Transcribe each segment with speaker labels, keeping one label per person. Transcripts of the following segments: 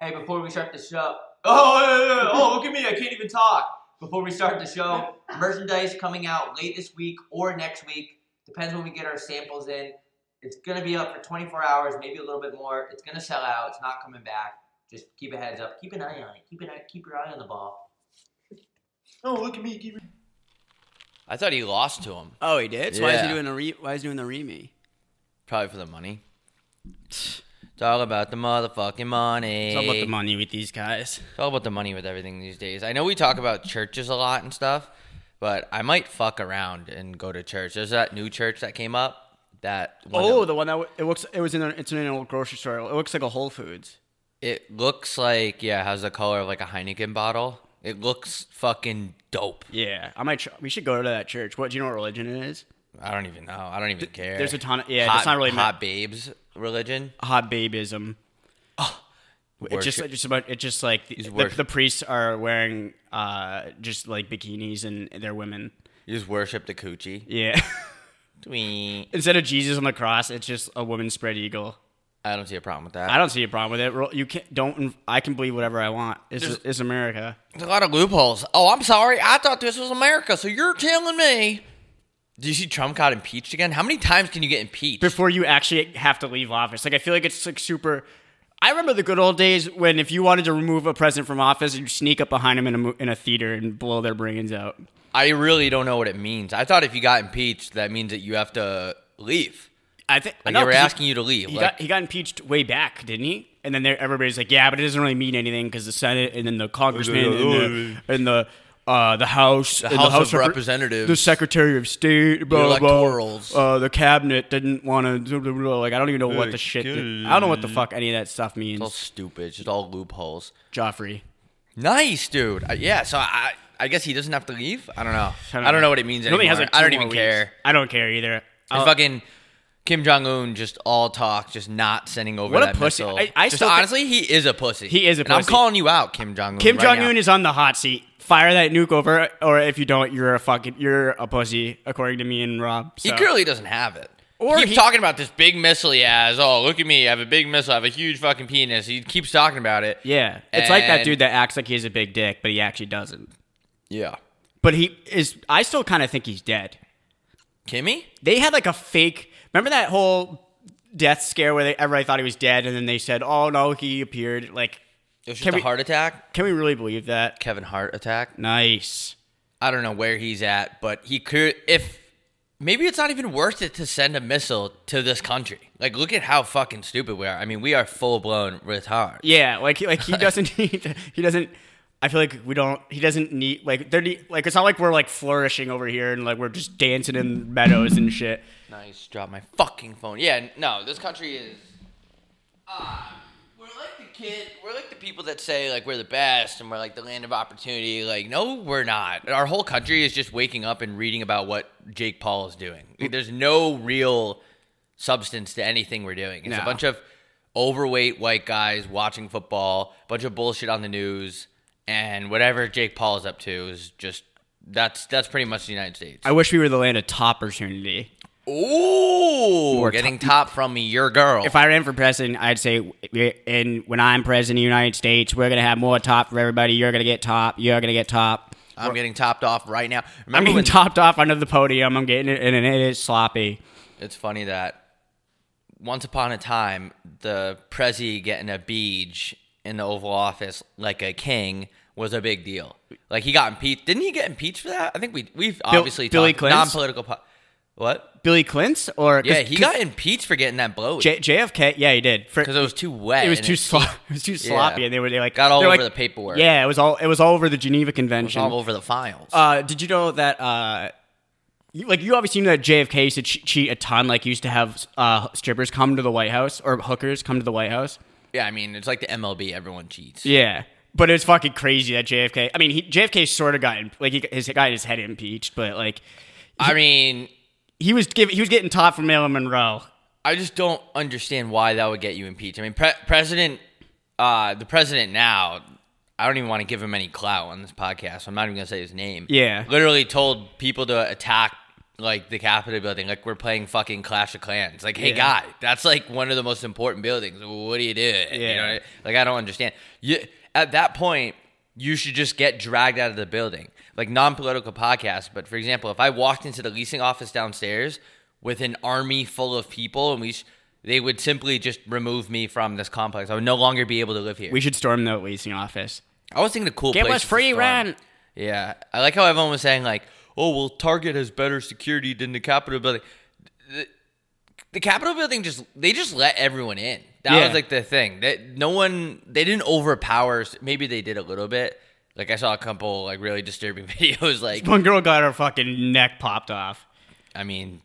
Speaker 1: Hey, before we start the show, oh, yeah, yeah, yeah. oh, look at me, I can't even talk. Before we start the show, merchandise coming out late this week or next week. Depends when we get our samples in. It's gonna be up for 24 hours, maybe a little bit more. It's gonna sell out. It's not coming back. Just keep a heads up. Keep an eye on it. Keep an eye. Keep your eye on the ball.
Speaker 2: Oh, look at me. Keep
Speaker 3: I thought he lost to him,
Speaker 4: Oh, he did. So why is he
Speaker 3: Yeah.
Speaker 4: doing the re- why is he doing the remi?
Speaker 3: probably for the money. It's all about the motherfucking money.
Speaker 4: It's all about the money with these guys.
Speaker 3: It's all about the money with everything these days. I know we talk about churches a lot and stuff, but I might fuck around and go to church. There's that new church that came up. That one
Speaker 4: Oh,
Speaker 3: that-
Speaker 4: the one that w- it looks it was in an, it's in an old grocery store. It looks like a Whole Foods.
Speaker 3: it looks like yeah, it has the color of like a Heineken bottle. It looks fucking dope.
Speaker 4: Yeah, I might. Tr- we should go to that church. What do you know what religion it is?
Speaker 3: I don't even know. I don't even care.
Speaker 4: there's a ton of- yeah,
Speaker 3: Eh. Hot,
Speaker 4: that's not really
Speaker 3: hot babes religion.
Speaker 4: Hot babism. It's just
Speaker 3: Worship.
Speaker 4: it's just about it's just like the,
Speaker 3: He's
Speaker 4: the,
Speaker 3: worship.
Speaker 4: the priests are wearing uh just like bikinis and they're women.
Speaker 3: You just worship the coochie.
Speaker 4: Yeah.
Speaker 3: Tweet.
Speaker 4: Instead of Jesus on the cross, it's just a woman spread eagle.
Speaker 3: I don't see a problem with that.
Speaker 4: I don't see a problem with it. Ro- You can't don't. I can believe whatever I want. It's it's America.
Speaker 3: There's a lot of loopholes. Oh, I'm sorry. I thought this was America. So you're telling me. Do you see Trump got impeached again? How many times can you get impeached?
Speaker 4: before you actually have to leave office. Like I feel like it's like super. I remember the good old days when if you wanted to remove a president from office, you sneak up behind him in a, mo- in a theater and blow their brains out.
Speaker 3: I really don't know what it means. I thought if you got impeached, that means that you have to leave.
Speaker 4: I think
Speaker 3: Like
Speaker 4: no,
Speaker 3: they were
Speaker 4: 'cause
Speaker 3: asking
Speaker 4: he,
Speaker 3: you to leave.
Speaker 4: He
Speaker 3: like,
Speaker 4: got he got impeached way back, didn't he? And then there- everybody's like, "Yeah, but it doesn't really mean anything because the Senate and then the congressman and the, and the uh, the House, and the
Speaker 3: House of
Speaker 4: Repre-
Speaker 3: Representatives.
Speaker 4: the Secretary of State, blah, blah,
Speaker 3: electorals.
Speaker 4: blah. Uh, the cabinet didn't want to. Like I don't even know what the shit. I don't know what the fuck any of that stuff means.
Speaker 3: it's all stupid. It's just all loopholes.
Speaker 4: Joffrey.
Speaker 3: Nice, dude. Uh, yeah. So I, I guess he doesn't have to leave. I don't know. I don't, know. what it means
Speaker 4: He only has,
Speaker 3: anymore.
Speaker 4: like,
Speaker 3: I
Speaker 4: two more
Speaker 3: don't even
Speaker 4: weeks.
Speaker 3: care.
Speaker 4: I don't care either.
Speaker 3: And
Speaker 4: I'll-
Speaker 3: fucking Kim Jong Un just all talk, just not sending over
Speaker 4: What a
Speaker 3: that
Speaker 4: pussy.
Speaker 3: missile.
Speaker 4: I- I
Speaker 3: just
Speaker 4: still think-
Speaker 3: honestly, he is a pussy.
Speaker 4: He is a
Speaker 3: and I'm
Speaker 4: pussy.
Speaker 3: calling you out, Kim Jong Un.
Speaker 4: Kim Jong Un is on the hot seat. Fire that nuke over, or if you don't, you're a fucking you're a pussy, according to me and Rob.
Speaker 3: He
Speaker 4: so.
Speaker 3: clearly doesn't have it.
Speaker 4: Or
Speaker 3: Or keeps
Speaker 4: he-
Speaker 3: talking about this big missile he has. Oh, look at me! I have a big missile. I have a huge fucking penis. He keeps talking about it.
Speaker 4: Yeah, it's like that
Speaker 3: And-
Speaker 4: dude that acts like he has a big dick, but he actually doesn't.
Speaker 3: Yeah.
Speaker 4: But he is. I still kind of think he's dead.
Speaker 3: Kimmy?
Speaker 4: They had like a fake. Remember that whole death scare where they, everybody thought he was dead, and then they said, "Oh no, he appeared." Like,
Speaker 3: It was just
Speaker 4: Can
Speaker 3: a
Speaker 4: we-
Speaker 3: heart attack.
Speaker 4: can we really believe that?
Speaker 3: Kevin Hart attack.
Speaker 4: Nice.
Speaker 3: I don't know where he's at, but he could. If maybe it's not even worth it to send a missile to this country. Like, look at how fucking stupid we are. I mean, we are full blown retard.
Speaker 4: Yeah, like he- like he doesn't need he doesn't. I feel like we don't. He doesn't need like they're ne- like it's not like we're like flourishing over here and like we're just dancing in meadows and shit.
Speaker 3: Nice drop my fucking phone. Yeah, n- no, this country is. Uh, we're like the kid. We're like the people that say like we're the best and we're like the land of opportunity. Like, no, we're not. Our whole country is just waking up and reading about what Jake Paul is doing. Like, There's no real substance to anything we're doing. It's
Speaker 4: No.
Speaker 3: a bunch of overweight white guys watching football, a bunch of bullshit on the news, and whatever Jake Paul is up to is just that's that's pretty much the United States.
Speaker 4: I wish we were the land of top opportunity.
Speaker 3: Ooh,
Speaker 4: Or
Speaker 3: getting top from me, your girl.
Speaker 4: If I ran for president, I'd say, and when I'm president of the United States, we're gonna have more top for everybody. You're gonna get top. You're gonna get top.
Speaker 3: I, am getting topped off right now.
Speaker 4: I'm
Speaker 3: Remember
Speaker 4: getting
Speaker 3: when?
Speaker 4: topped off under the podium. I'm getting it, and it is sloppy.
Speaker 3: it's funny that once upon a time, the prezi getting a beej in the Oval Office like a king was a big deal. Like he got impeached. Didn't he get impeached for that? I think we we've obviously
Speaker 4: Billy
Speaker 3: talked
Speaker 4: Clinton's?
Speaker 3: non-political. Po- what?
Speaker 4: Billy Clinton's or 'cause-
Speaker 3: Yeah, he
Speaker 4: 'cause
Speaker 3: got impeached for getting that blow
Speaker 4: J- JFK. Yeah, he did. For-
Speaker 3: because it was too wet.
Speaker 4: it was
Speaker 3: and
Speaker 4: too slo- it was too sloppy, and they were they like
Speaker 3: Got all
Speaker 4: they're
Speaker 3: over
Speaker 4: like-
Speaker 3: the paperwork.
Speaker 4: Yeah, it was all it was all over the Geneva
Speaker 3: It's
Speaker 4: Convention.
Speaker 3: all over the files.
Speaker 4: uh, did you know that? Uh, you, like you obviously knew that JFK used to che- cheat a ton. Like he used to have uh, strippers come to the White House or hookers come to the White House.
Speaker 3: yeah, I mean it's like the MLB. Everyone cheats.
Speaker 4: Yeah, but it's fucking crazy that JFK. I mean, he, JFK sort of got like he, his got his head impeached, but like
Speaker 3: I mean,
Speaker 4: he was giving he was getting top from Marilyn Monroe.
Speaker 3: I just don't understand why that would get you impeached. I mean, pre- president, uh, the president now, I don't even want to give him any clout on this podcast. So I'm not even going to say his name.
Speaker 4: Yeah.
Speaker 3: Literally told people to attack like the Capitol building, like we're playing fucking Clash of Clans. Like, hey,
Speaker 4: Yeah.
Speaker 3: guy, that's like one of the most important buildings. What do you do? You know,
Speaker 4: Yeah.
Speaker 3: what I- like I don't understand. You at that point, you should just get dragged out of the building, like non-political podcast. But for example, if I walked into the leasing office downstairs with an army full of people, and we, sh- they would simply just remove me from this complex. I would no longer be able to live here.
Speaker 4: We should storm the leasing office.
Speaker 3: I was thinking the cool
Speaker 4: Give
Speaker 3: place
Speaker 4: us
Speaker 3: to
Speaker 4: free
Speaker 3: storm.
Speaker 4: rent.
Speaker 3: Yeah, I like how everyone was saying like, "Oh, well, Target has better security than the Capitol building." The, the Capitol building just they just let everyone in. That
Speaker 4: Yeah.
Speaker 3: was like the thing that no one they didn't overpower. Maybe they did a little bit. Like I saw a couple like really disturbing videos. Like
Speaker 4: One girl got her fucking neck popped off.
Speaker 3: I mean,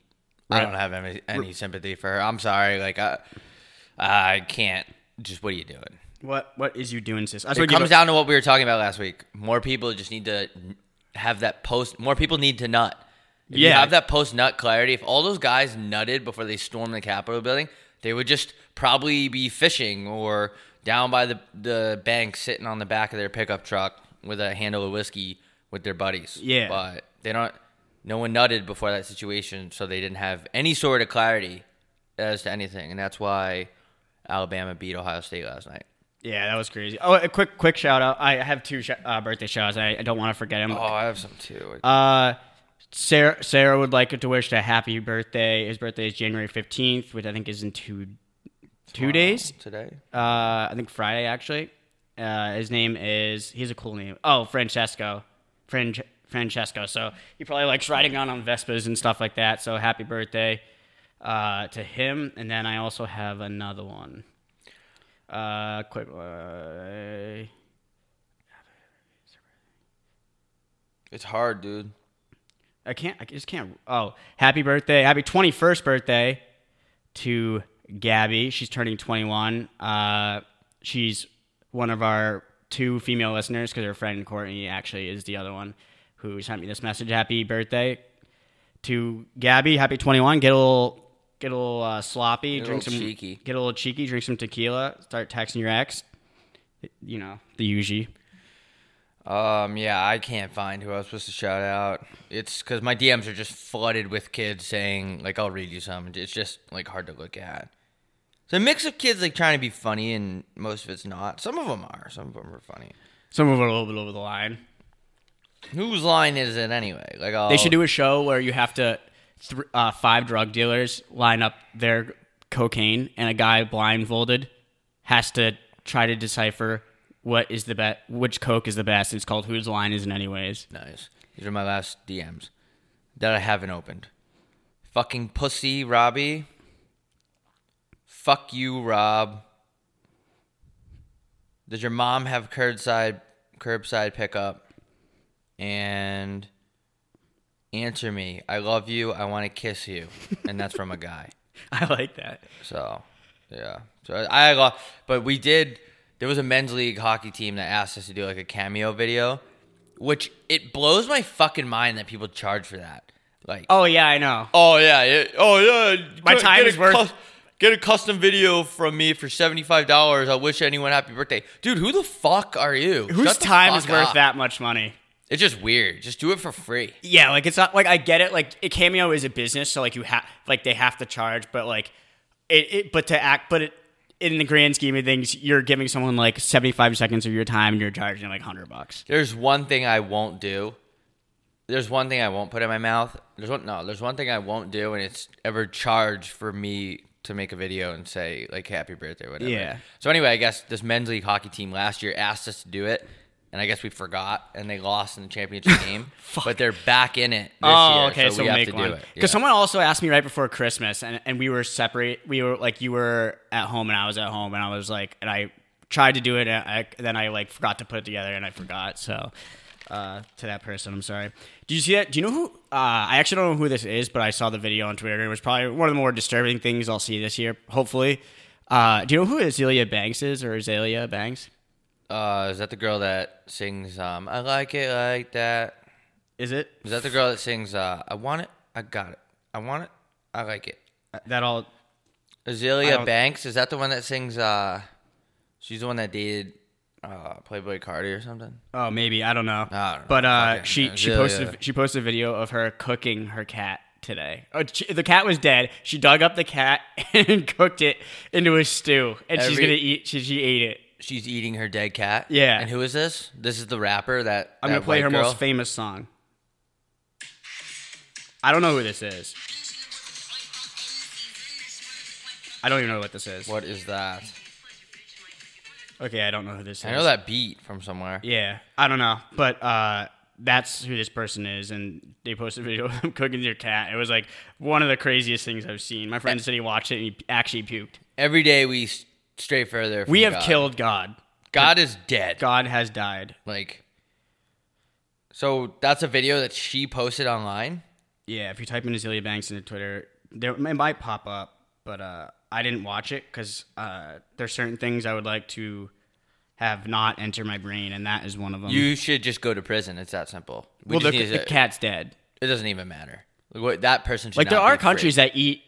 Speaker 3: I don't have any, any sympathy for her. I'm sorry. Like I, I can't. Just what are you doing?
Speaker 4: What what is you doing, sis? I
Speaker 3: It comes down to what we were talking about last week. More people just need to have that post. More people need to nut. If you
Speaker 4: Yeah.
Speaker 3: have that post nut clarity. If all those guys nutted before they stormed the Capitol building, they would just probably be fishing or down by the the bank, sitting on the back of their pickup truck with a handle of whiskey with their buddies.
Speaker 4: Yeah.
Speaker 3: but they don't. No one nutted before that situation, so they didn't have any sort of clarity as to anything, and that's why Alabama beat Ohio State last night.
Speaker 4: Yeah, that was crazy. Oh, a quick quick shout out. I have two sh- uh, birthday shout outs. I, I don't want to forget them.
Speaker 3: Oh, I have some too.
Speaker 4: Uh, Sarah, Sarah would like to wish a happy birthday. His birthday is January 15th, which I think is in two two days.
Speaker 3: today.
Speaker 4: Uh, I think Friday, actually. Uh, his name is, he's a cool name. Oh, Francesco. Fran- Francesco. So he probably likes riding on on Vespas and stuff like that. So happy birthday uh, to him. And then I also have another one. Uh, quick. Uh,
Speaker 3: It's hard, dude.
Speaker 4: I can't. I just can't. Oh, happy birthday! Happy twenty first birthday to Gabby. She's turning twenty one. Uh, she's one of our two female listeners because her friend Courtney actually is the other one who sent me this message. Happy birthday to Gabby. Happy twenty one. Get a little. Get a little uh, sloppy.
Speaker 3: a
Speaker 4: drink
Speaker 3: little
Speaker 4: some.
Speaker 3: cheeky.
Speaker 4: Get a little cheeky. Drink some tequila. Start texting your ex. You know the usual.
Speaker 3: Um, yeah, I can't find who I was supposed to shout out. It's because my DMs are just flooded with kids saying like, "I'll read you some." It's just like hard to look at. It's a mix of kids like trying to be funny, and most of it's not. Some of them are. Some of them are funny.
Speaker 4: Some of it a little bit over the line.
Speaker 3: Whose line is it anyway? Like, I'll,
Speaker 4: They should do a show where you have to th- uh, five drug dealers line up their cocaine, and a guy blindfolded has to try to decipher what is the best, which coke is the best. It's called "Whose Line Is It Anyways."
Speaker 3: Nice. These are my last DMs that I haven't opened. Fucking pussy, Robbie. Fuck you, Rob. Does your mom have curbside curbside pickup? And answer me. I love you. I want to kiss you. And that's from a guy.
Speaker 4: I like that.
Speaker 3: So, yeah. So I I got, but we did. There was a men's league hockey team that asked us to do like a cameo video, which it blows my fucking mind that people charge for that. Like, oh,
Speaker 4: Oh yeah, I know.
Speaker 3: yeah, yeah, oh yeah,
Speaker 4: My time
Speaker 3: a
Speaker 4: is worth-
Speaker 3: cus- Get a custom video from me for seventy five dollars. I wish anyone happy birthday, dude. Who the fuck are you?
Speaker 4: Whose
Speaker 3: Shut the
Speaker 4: time is
Speaker 3: fuck
Speaker 4: worth
Speaker 3: up.
Speaker 4: that much money?
Speaker 3: It's just weird. Just do it for free.
Speaker 4: Yeah, like it's not like I get it. Like a cameo is a business, so like you have like they have to charge, but like it, it but to act, but it, in the grand scheme of things, you're giving someone like seventy five seconds of your time, and you're charging like hundred bucks.
Speaker 3: There's one thing I won't do. There's one thing I won't put in my mouth. There's one no. There's one thing I won't do, and it's ever charge for me to make a video and say like "Happy Birthday" or whatever.
Speaker 4: Yeah.
Speaker 3: So anyway, I guess this men's league hockey team last year asked us to do it, and I guess we forgot, and they lost in the championship game. But they're back in it. This
Speaker 4: Oh,
Speaker 3: year, so, we have to do it.
Speaker 4: Because
Speaker 3: Yeah.
Speaker 4: someone also asked me right before Christmas, and, and we were separate. We were like, you were at home, and I was at home, and I was like, and I tried to do it, and I, then I like forgot to put it together, and I forgot. So uh, to that person, I'm sorry. Do you see that? Do you know who? Uh, I actually don't know who this is, but I saw the video on Twitter. It was probably one of the more disturbing things I'll see this year. Hopefully, uh, do you know who Azealia Banks is, or Azealia Banks?
Speaker 3: uh, is that the girl that sings um, "I like it like that"?
Speaker 4: Is it
Speaker 3: Is that the girl that sings uh, "I want it, I got it, I want it, I like it"?
Speaker 4: that all? I
Speaker 3: Azealia
Speaker 4: don't-
Speaker 3: Banks is that the one that sings? uh She's the one that dated uh Playboy Cardi or something.
Speaker 4: Oh, maybe I don't know.
Speaker 3: I don't know.
Speaker 4: But uh,
Speaker 3: Fucking
Speaker 4: she she
Speaker 3: Azealia.
Speaker 4: posted she posted a video of her cooking her cat today. Oh, she, the cat was dead. She dug up the cat and cooked it into a stew, and she's
Speaker 3: Every-
Speaker 4: gonna eat. She, she ate it.
Speaker 3: She's eating her dead cat.
Speaker 4: Yeah.
Speaker 3: And who is this? This is the rapper that
Speaker 4: I'm
Speaker 3: that
Speaker 4: gonna play
Speaker 3: white
Speaker 4: her
Speaker 3: girl.
Speaker 4: most famous song. I don't know who this is. I don't even know what this is.
Speaker 3: What is that?
Speaker 4: Okay, I don't know who this
Speaker 3: I
Speaker 4: is.
Speaker 3: know that beat from somewhere.
Speaker 4: Yeah, I don't know, but uh, that's who this person is, and they posted a video of them cooking their cat. It was like one of the craziest things I've seen. My friend said he watched it and he actually puked.
Speaker 3: Every day we s- stray further. From
Speaker 4: We have
Speaker 3: Oh God.
Speaker 4: killed God.
Speaker 3: God is dead.
Speaker 4: God has died.
Speaker 3: Like, so that's a video that she posted online.
Speaker 4: Yeah, if you type in Azealia Banks into Twitter, there it might pop up, but uh, I didn't watch it because uh, there's certain things I would like to have not enter my brain, and that is one of them.
Speaker 3: You should just go to prison. It's that simple. We
Speaker 4: well,
Speaker 3: just
Speaker 4: the,
Speaker 3: need
Speaker 4: the
Speaker 3: to-
Speaker 4: cat's dead.
Speaker 3: It doesn't even matter. Like, what, that person should
Speaker 4: Like there
Speaker 3: not
Speaker 4: are
Speaker 3: be free.
Speaker 4: countries that eat,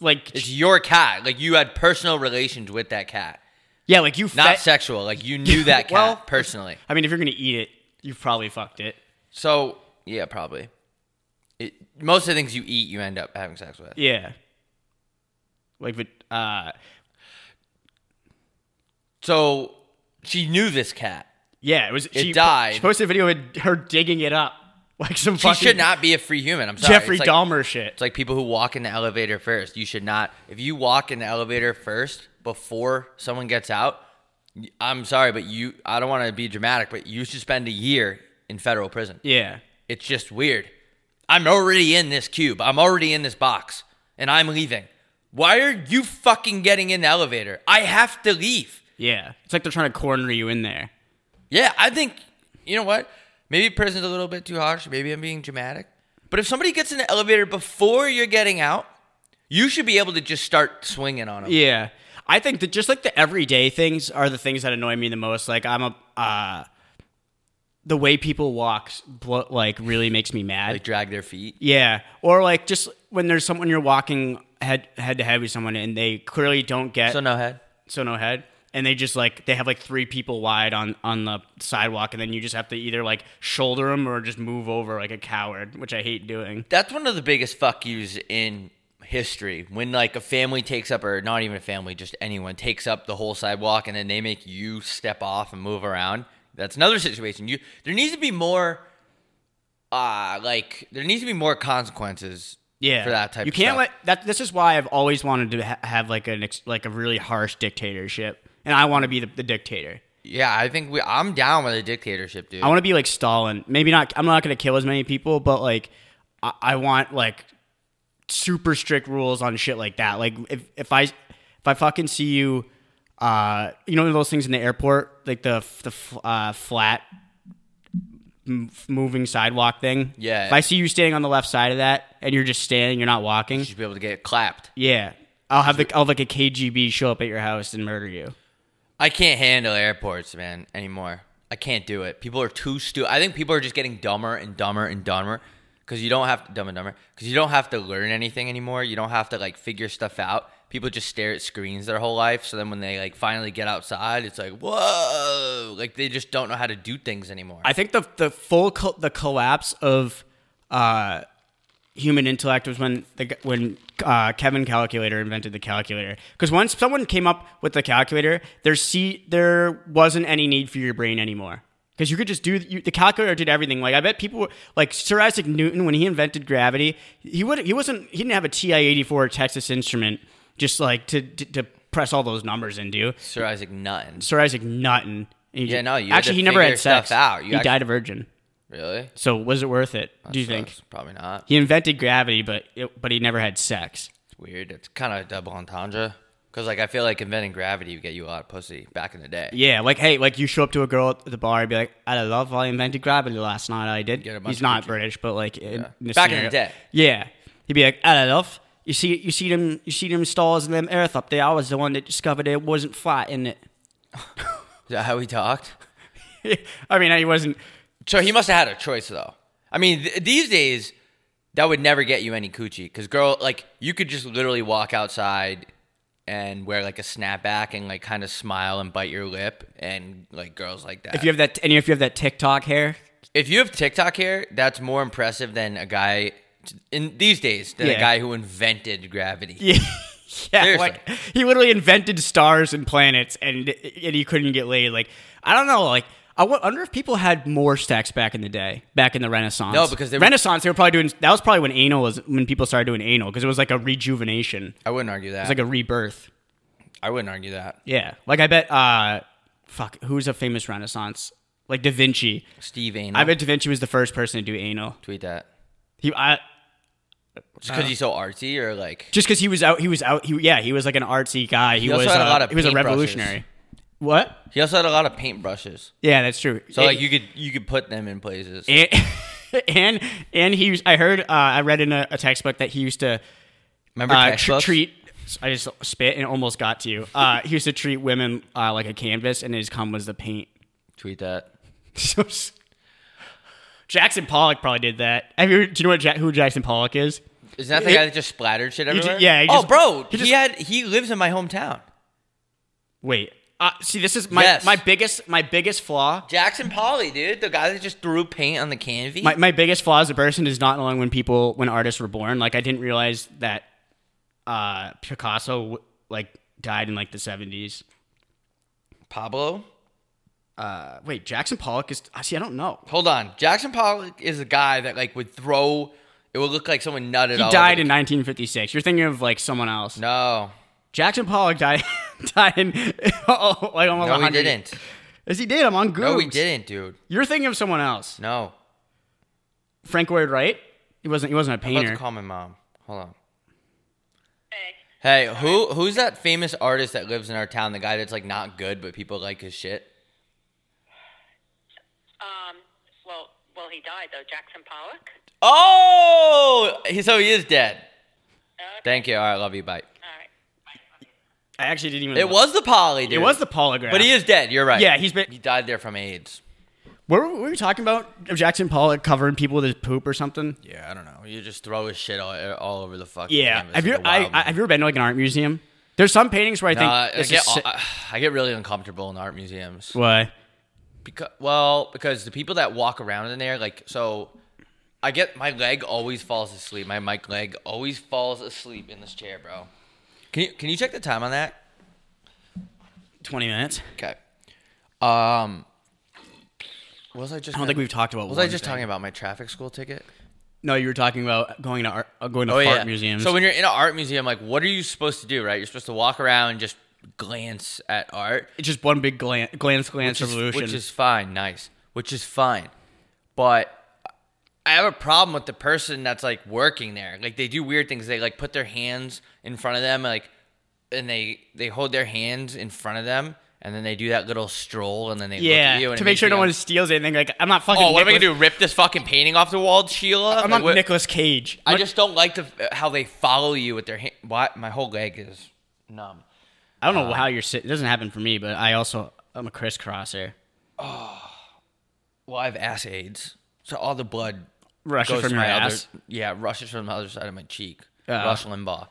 Speaker 4: like
Speaker 3: It's your cat. Like you had personal relations with that cat,
Speaker 4: yeah, like you.
Speaker 3: not
Speaker 4: fed-
Speaker 3: sexual. Like you knew that cat
Speaker 4: Well-
Speaker 3: personally.
Speaker 4: I mean, if you're gonna eat it, you've probably fucked it.
Speaker 3: So yeah, probably. It, most of the things you eat, you end up having sex with.
Speaker 4: Yeah. Like, but uh,
Speaker 3: So she knew this cat.
Speaker 4: yeah, it was. It she,
Speaker 3: died.
Speaker 4: She posted a video of her digging it up, like some
Speaker 3: She
Speaker 4: fucking
Speaker 3: should not be a free human. I'm sorry.
Speaker 4: Jeffrey
Speaker 3: it's like,
Speaker 4: Dahmer shit.
Speaker 3: It's like people who walk in the elevator first. You should not. If you walk in the elevator first before someone gets out, y- I'm sorry, but you. I don't want to be dramatic, but you should spend a year in federal prison.
Speaker 4: Yeah.
Speaker 3: It's just weird. I'm already in this cube. I'm already in this box, and I'm leaving. Why are you fucking getting in the elevator? I have to leave.
Speaker 4: Yeah. It's like they're trying to corner you in there.
Speaker 3: Yeah, I think you know what? Maybe prison's a little bit too harsh. Maybe I'm being dramatic. But if somebody gets in the elevator before you're getting out, you should be able to just start swinging on them.
Speaker 4: Yeah. I think that just like the everyday things are the things that annoy me the most. Like I'm a uh the way people walk blo- like really makes me mad.
Speaker 3: Like drag their feet.
Speaker 4: yeah. Or like just when there's someone you're walking head head to head with someone and they clearly don't get
Speaker 3: So
Speaker 4: so no,
Speaker 3: no head.
Speaker 4: head and they just like they have like three people wide on on the sidewalk and then you just have to either like shoulder them or just move over like a coward, which I hate doing.
Speaker 3: That's one of the biggest fuck yous in history. When like a family takes up, or not even a family, just anyone takes up the whole sidewalk, and then they make you step off and move around. That's another situation. You there needs to be more. Uh, like there needs to be more consequences.
Speaker 4: yeah
Speaker 3: for that type.
Speaker 4: you
Speaker 3: of
Speaker 4: can't
Speaker 3: stuff.
Speaker 4: let that this is why i've always wanted to ha- have like an ex, like a really harsh dictatorship and i want to be the, the dictator
Speaker 3: Yeah, I think we. I'm down with a dictatorship, dude.
Speaker 4: i want to be like stalin maybe not i'm not gonna kill as many people but like i, I want like super strict rules on shit like that like if, if i if i fucking see you uh you know those things in the airport like the f- the f- uh, flat m- moving sidewalk thing
Speaker 3: Yeah.
Speaker 4: if i see you standing on the left side of that and you're just standing you're not walking
Speaker 3: you should be able to get clapped.
Speaker 4: yeah. I'll have the I'll have like a KGB show up at your house and murder you.
Speaker 3: I can't handle airports, man, anymore. I can't do it. People are too stupid. I think people are just getting dumber and dumber and dumber because you don't have to dumb and dumber because you don't have to learn anything anymore. You don't have to like figure stuff out. People just stare at screens their whole life. So then when they like finally get outside, it's like whoa, like they just don't know how to do things anymore.
Speaker 4: I think the the full co- the collapse of uh, human intellect was when the g- when uh, Kevin Calculator invented the calculator. Because once someone came up with the calculator, there see there wasn't any need for your brain anymore. Because you could just do you, the calculator did everything. Like I bet people were, like Sir Isaac Newton when he invented gravity, he would he wasn't he didn't have a TI eighty four Texas Instrument just like to to, to press all those numbers into.
Speaker 3: Sir Isaac Nutton.
Speaker 4: Sir Isaac Nutton. He,
Speaker 3: Yeah, no, you had
Speaker 4: actually
Speaker 3: to
Speaker 4: he never
Speaker 3: figure
Speaker 4: had sex.
Speaker 3: stuff out. You
Speaker 4: he
Speaker 3: actually-
Speaker 4: died a virgin.
Speaker 3: Really?
Speaker 4: So was it worth it? do you think
Speaker 3: Sucks. Probably not.
Speaker 4: he invented gravity, but it, but he never had sex?
Speaker 3: It's weird. It's kind of a double entendre. Because, like, I feel like inventing gravity would get you a lot of pussy back in the day.
Speaker 4: Yeah, like hey, like you show up to a girl at the bar and be like, "I love I invented gravity last night. I did."
Speaker 3: Get a bunch
Speaker 4: He's
Speaker 3: of
Speaker 4: not
Speaker 3: coochie.
Speaker 4: British, but like in,
Speaker 3: Yeah.
Speaker 4: this
Speaker 3: Back in
Speaker 4: scenario-
Speaker 3: the day.
Speaker 4: yeah, he'd be like, "I love you see you see them you see them stars and them Earth up there. I was the one that discovered it wasn't flat in
Speaker 3: Is that how he talked?
Speaker 4: it." I mean, he wasn't.
Speaker 3: So he must have had a choice, though. I mean, th- these days, that would never get you any coochie. Because, girl, like, you could just literally walk outside and wear, like, a snapback and, like, kind of smile and bite your lip. And, like, girls like that.
Speaker 4: If you have that, and if you have that TikTok hair,
Speaker 3: If you have TikTok hair, that's more impressive than a guy in these days than a
Speaker 4: Yeah.
Speaker 3: guy who invented gravity.
Speaker 4: Yeah. Yeah,
Speaker 3: Seriously.
Speaker 4: like, he literally invented stars and planets, and and he couldn't get laid. Like I don't know, like I wo- wonder if people had more sex back in the day, back in the Renaissance.
Speaker 3: No, because they were-
Speaker 4: Renaissance, they were probably doing. That was probably when anal was when people started doing anal because it was like a rejuvenation,
Speaker 3: I wouldn't argue that.
Speaker 4: it's like a rebirth.
Speaker 3: I wouldn't argue that.
Speaker 4: Yeah, like I bet, uh, fuck, who's a famous Renaissance? Like Da Vinci.
Speaker 3: Steve Anal.
Speaker 4: I bet Da Vinci was the first person to do anal.
Speaker 3: tweet that.
Speaker 4: He, I, Uh.
Speaker 3: Just because he's so artsy or like
Speaker 4: just because he was out, he was out. He, yeah, he was like an artsy guy. He,
Speaker 3: also
Speaker 4: was
Speaker 3: had a
Speaker 4: uh,
Speaker 3: lot of
Speaker 4: he was a
Speaker 3: paintbrushes.
Speaker 4: revolutionary. What?
Speaker 3: he also had a lot of paintbrushes.
Speaker 4: Yeah, that's true.
Speaker 3: So like you could you could put them in places.
Speaker 4: and and, and he was- I heard uh, I read in a, a textbook that he used to
Speaker 3: Remember
Speaker 4: uh, tr-
Speaker 3: textbooks?
Speaker 4: treat. I just spit and almost got to you. Uh, he used to treat women uh, like a canvas, and his cum was the paint.
Speaker 3: tweet that.
Speaker 4: So s- Jackson Pollock probably did that. Have you, do you know what Jack, who Jackson Pollock is?
Speaker 3: Isn't that the
Speaker 4: He-
Speaker 3: guy that just splattered shit
Speaker 4: ju-
Speaker 3: everywhere?
Speaker 4: yeah, he
Speaker 3: oh,
Speaker 4: just-
Speaker 3: bro,
Speaker 4: he
Speaker 3: he,
Speaker 4: just-
Speaker 3: had he lives in my hometown.
Speaker 4: Wait, uh, see, this is my
Speaker 3: Yes.
Speaker 4: my biggest my biggest flaw.
Speaker 3: Jackson Polly, dude, the guy that just threw paint on the canvy.
Speaker 4: My, my biggest flaw as a person is not knowing when people when artists were born. Like I didn't realize that uh, Picasso w- like died in like the seventies.
Speaker 3: Pablo.
Speaker 4: Uh, wait, Jackson Pollock is. I see. I don't know.
Speaker 3: Hold on, Jackson Pollock is a guy that like would throw. It would look like someone nutted.
Speaker 4: He
Speaker 3: all
Speaker 4: died
Speaker 3: over
Speaker 4: in
Speaker 3: the-
Speaker 4: 1956. You're thinking of like someone else.
Speaker 3: No,
Speaker 4: Jackson Pollock died died in oh, like almost
Speaker 3: no, he
Speaker 4: 100.
Speaker 3: didn't.
Speaker 4: Yes, he did. I'm on Google.
Speaker 3: No, he didn't, dude.
Speaker 4: You're thinking of someone else.
Speaker 3: No,
Speaker 4: Frank Lloyd Wright. He wasn't. He wasn't a
Speaker 3: I'm about
Speaker 4: painter.
Speaker 3: to call my mom. Hold on. Hey, who who's that famous artist that lives in our town? The guy that's like not good, but people like his shit.
Speaker 5: Um, well, well, he died though. Jackson Pollock.
Speaker 3: Oh, he- so he is dead.
Speaker 5: Okay.
Speaker 3: Thank you. All right, love you. Bye.
Speaker 5: All right.
Speaker 4: I actually didn't even.
Speaker 3: It was the Polly, dude.
Speaker 4: It was the polygraph.
Speaker 3: But he is dead. You're right.
Speaker 4: Yeah, he's been-
Speaker 3: He died there from AIDS.
Speaker 4: What were, what were we talking about? Jackson Pollock covering people with his poop or something?
Speaker 3: Yeah, I don't know. You just throw his shit all, all over the fucking.
Speaker 4: Yeah.
Speaker 3: canvas
Speaker 4: Have you
Speaker 3: like a
Speaker 4: I, I,
Speaker 3: wild man.
Speaker 4: have you ever been to like an art museum? There's some paintings where I think
Speaker 3: Nah, I,
Speaker 4: this
Speaker 3: get,
Speaker 4: is si-
Speaker 3: I, I get really uncomfortable in art museums.
Speaker 4: why.
Speaker 3: Because, well, because the people that walk around in there, like, so I get my leg always falls asleep. My mic leg always falls asleep in this chair, bro. Can you can you check the time on that?
Speaker 4: Twenty minutes.
Speaker 3: Okay. Um, what was I just?
Speaker 4: I don't think we've talked about.
Speaker 3: Was
Speaker 4: one
Speaker 3: I just
Speaker 4: thing.
Speaker 3: talking about my traffic school ticket?
Speaker 4: No, you were talking about going to art, uh, going to art museums.
Speaker 3: Oh, So when you're in an art museum, like, what are you supposed to do? Right, you're supposed to walk around and just glance at art.
Speaker 4: it's just one big glance, glance, glance
Speaker 3: which is-
Speaker 4: revolution.
Speaker 3: which is fine, nice, which is fine. But I have a problem with the person that's like working there. Like they do weird things. They like put their hands in front of them, like, and they they hold their hands in front of them, and then they do that little stroll, and then they look
Speaker 4: yeah,
Speaker 3: at you and it
Speaker 4: to make
Speaker 3: makes
Speaker 4: sure
Speaker 3: me
Speaker 4: no
Speaker 3: go,
Speaker 4: one steals anything. Like I'm not fucking.
Speaker 3: Oh, what am I gonna
Speaker 4: Nicolas-
Speaker 3: do? Rip this fucking painting off the wall, Sheila?
Speaker 4: I'm
Speaker 3: Like,
Speaker 4: not
Speaker 3: what-
Speaker 4: Nicolas Cage.
Speaker 3: I just don't like the how they follow you with their hand. Why my whole leg is numb.
Speaker 4: I don't know
Speaker 3: Ah.
Speaker 4: how you're sitting. It doesn't happen for me, but I also I'm a crisscrosser.
Speaker 3: Well, I have ass aids, so all the blood
Speaker 4: Rushes
Speaker 3: goes
Speaker 4: from
Speaker 3: to
Speaker 4: your
Speaker 3: my
Speaker 4: ass. Uh-huh.
Speaker 3: Other, yeah, rushes from the other side of my cheek.
Speaker 4: Uh-oh.
Speaker 3: Rush Limbaugh.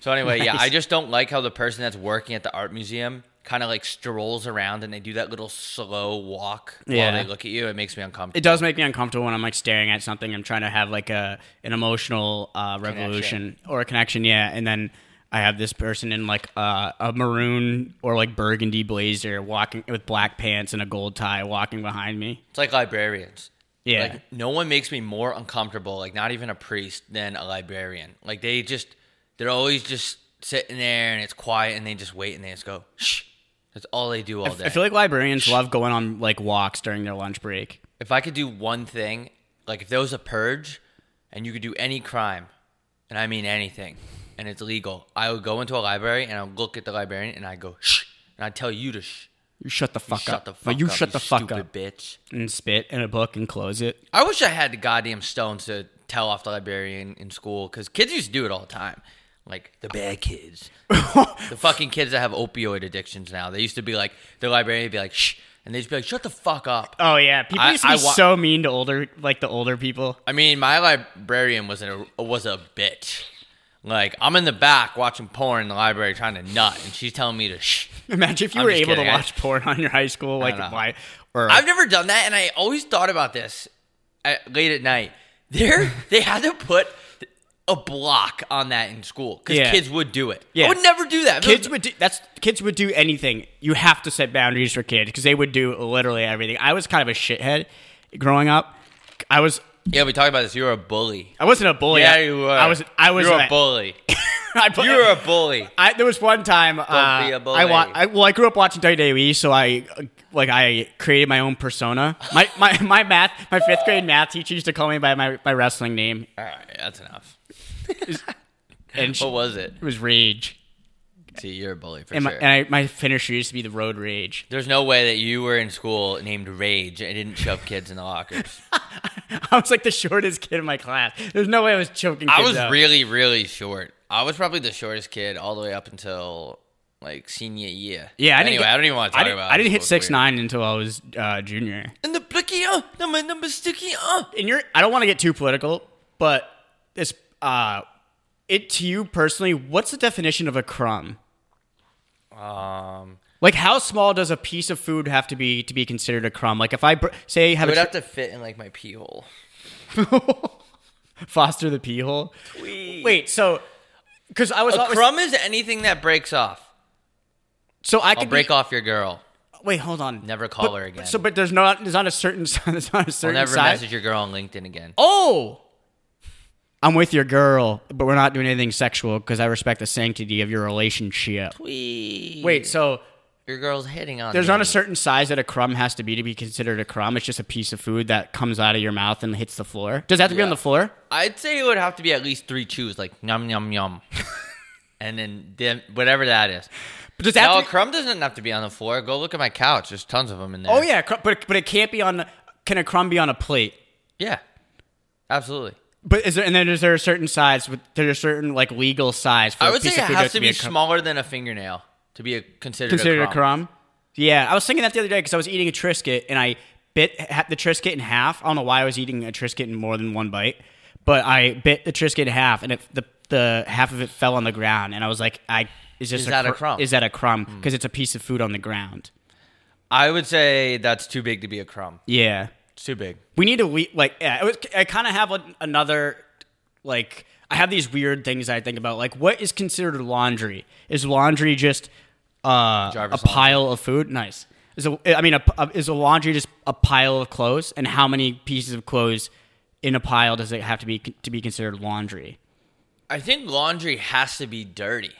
Speaker 3: So anyway, yeah, I just don't like how the person that's working at the art museum kind of like strolls around and they do that little slow walk
Speaker 4: Yeah.
Speaker 3: while they look at you. It makes me uncomfortable.
Speaker 4: it does make me uncomfortable when I'm like staring at something. I'm trying to have like a an emotional uh, revolution or a connection, yeah. And then I have this person in like uh, a maroon or like burgundy blazer, walking with black pants and a gold tie, walking behind me.
Speaker 3: It's like librarians.
Speaker 4: Yeah.
Speaker 3: Like no one makes me more uncomfortable, like not even a priest than a librarian. Like they just they're always just sitting there and it's quiet and they just wait and they just go shh. That's all they do all day.
Speaker 4: I feel like librarians love going on like walks during their lunch break.
Speaker 3: if I could do one thing, like if there was a purge and you could do any crime, and I mean anything, and it's legal, I would go into a library and I would look at the librarian and I go shh, and I would tell you to shh.
Speaker 4: You shut the fuck
Speaker 3: Shut
Speaker 4: up.
Speaker 3: the
Speaker 4: But
Speaker 3: fuck
Speaker 4: you
Speaker 3: up,
Speaker 4: shut the fuck
Speaker 3: stupid
Speaker 4: up
Speaker 3: bitch.
Speaker 4: and spit in a book and close it.
Speaker 3: I wish I had the goddamn stones to tell off the librarian in school because kids used to do it all the time. Like the bad kids, the fucking kids that have opioid addictions now. They used to be like the librarian would be like shh, and they'd just be like shut the fuck up.
Speaker 4: Oh yeah, people
Speaker 3: I-
Speaker 4: used to be
Speaker 3: I wa-
Speaker 4: so mean to older like the older people.
Speaker 3: I mean, my librarian was a was a bitch. Like I'm in the back watching porn in the library trying to nut, and she's telling me to shh.
Speaker 4: Imagine if you
Speaker 3: I'm
Speaker 4: were
Speaker 3: just
Speaker 4: able
Speaker 3: kidding,
Speaker 4: to
Speaker 3: I-
Speaker 4: watch porn on your high school like
Speaker 3: don't know.
Speaker 4: why or
Speaker 3: I've never done that, and I always thought about this at, late at night. They're, they had to put a block on that in school because
Speaker 4: Yeah.
Speaker 3: kids would do it.
Speaker 4: Yeah.
Speaker 3: I would never do that.
Speaker 4: Kids would do that's kids would do anything. You have to set boundaries for kids because they would do literally everything. I was kind of a shithead growing up. I was
Speaker 3: Yeah, we talked about this. You were a bully.
Speaker 4: I wasn't a bully.
Speaker 3: yeah,
Speaker 4: I,
Speaker 3: you were.
Speaker 4: Oh, I was I was
Speaker 3: You were a
Speaker 4: like-
Speaker 3: bully.
Speaker 4: I put-
Speaker 3: You were a bully.
Speaker 4: I, there was one time uh,
Speaker 3: be a bully.
Speaker 4: I, wa- I well I grew up watching WWE, so I uh, like I created my own persona. My my, my math my fifth grade math teacher used to call me by my, my wrestling name,
Speaker 3: All right, that's enough.
Speaker 4: and she,
Speaker 3: What was it?
Speaker 4: it was Rage.
Speaker 3: See, you're a bully for
Speaker 4: And, my,
Speaker 3: sure.
Speaker 4: and I, my finisher used to be the Road Rage.
Speaker 3: There's no way that you were in school named Rage and didn't shove kids in the lockers.
Speaker 4: I was like the shortest kid in my class. There's no way I was choking.
Speaker 3: I
Speaker 4: kids
Speaker 3: was
Speaker 4: out.
Speaker 3: really, really short. I was probably the shortest kid all the way up until like senior year.
Speaker 4: Yeah, I didn't
Speaker 3: anyway,
Speaker 4: get-
Speaker 3: I don't even want to
Speaker 4: I
Speaker 3: talk
Speaker 4: didn't,
Speaker 3: about.
Speaker 4: I didn't hit
Speaker 3: school's weird.
Speaker 4: six nine until I was uh, junior.
Speaker 3: And the blicky, uh, number number sticky, uh.
Speaker 4: and you're I don't want to get too political, but this uh it to you personally, what's the definition of a crumb?
Speaker 3: Um,
Speaker 4: Like how small does a piece of food have to be to be considered a crumb? Like if I br- say
Speaker 3: it
Speaker 4: have
Speaker 3: would
Speaker 4: a
Speaker 3: have to fit in like my pee hole.
Speaker 4: tr- foster the pee hole. Wait, so cuz I was
Speaker 3: A
Speaker 4: always-
Speaker 3: crumb is anything that breaks off.
Speaker 4: so I
Speaker 3: I'll
Speaker 4: could
Speaker 3: break
Speaker 4: be,
Speaker 3: off your girl.
Speaker 4: Wait, hold on.
Speaker 3: Never call
Speaker 4: But-
Speaker 3: her
Speaker 4: but-
Speaker 3: again.
Speaker 4: So but there's not there's not a certain there's not a
Speaker 3: I'll
Speaker 4: certain
Speaker 3: never
Speaker 4: size.
Speaker 3: message your girl on LinkedIn again.
Speaker 4: Oh. I'm with your girl, but we're not doing anything sexual because I respect the sanctity of your relationship. Wait, so
Speaker 3: your girl's hitting on.
Speaker 4: There's
Speaker 3: me.
Speaker 4: not a certain size that a crumb has to be to be considered a crumb. It's just a piece of food that comes out of your mouth and hits the floor. Does that have to be on the
Speaker 3: Yeah.
Speaker 4: floor?
Speaker 3: I'd say it would have to be at least three chews, like yum yum yum, and then dim, whatever that is.
Speaker 4: But does that
Speaker 3: No,
Speaker 4: have
Speaker 3: a
Speaker 4: to be-
Speaker 3: crumb doesn't have to be on the floor. Go look at my couch. There's tons of them in there.
Speaker 4: oh yeah, cr- but but it can't be on. Can a crumb be on a plate?
Speaker 3: yeah, absolutely.
Speaker 4: But is there and then is there a certain size? With there's a certain like legal size for
Speaker 3: I
Speaker 4: a
Speaker 3: would say
Speaker 4: piece
Speaker 3: it
Speaker 4: of food
Speaker 3: has to be,
Speaker 4: a crumb-
Speaker 3: smaller than a fingernail to be a, considered
Speaker 4: considered
Speaker 3: a crumb.
Speaker 4: Yeah, I was thinking that the other day because I was eating a Triscuit and I bit ha- the Triscuit in half. I don't know why I was eating a Triscuit in more than one bite, but I bit the Triscuit in half and it, the the half of it fell on the ground and I was like, I is this
Speaker 3: Is that a crumb? Hmm.
Speaker 4: Is that a crumb? Because it's a piece of food on the ground.
Speaker 3: I would say that's too big to be a crumb.
Speaker 4: Yeah,
Speaker 3: It's too big.
Speaker 4: we need to we like yeah, it was, I kind of have an another like I have these weird things I think about like what is considered laundry? Is laundry just uh, a
Speaker 3: Jarvis
Speaker 4: pile of food? Nice. Is a, I mean, a, a- is a laundry just a pile of clothes? And how many pieces of clothes in a pile does it have to be to be considered laundry?
Speaker 3: I think laundry has to be dirty.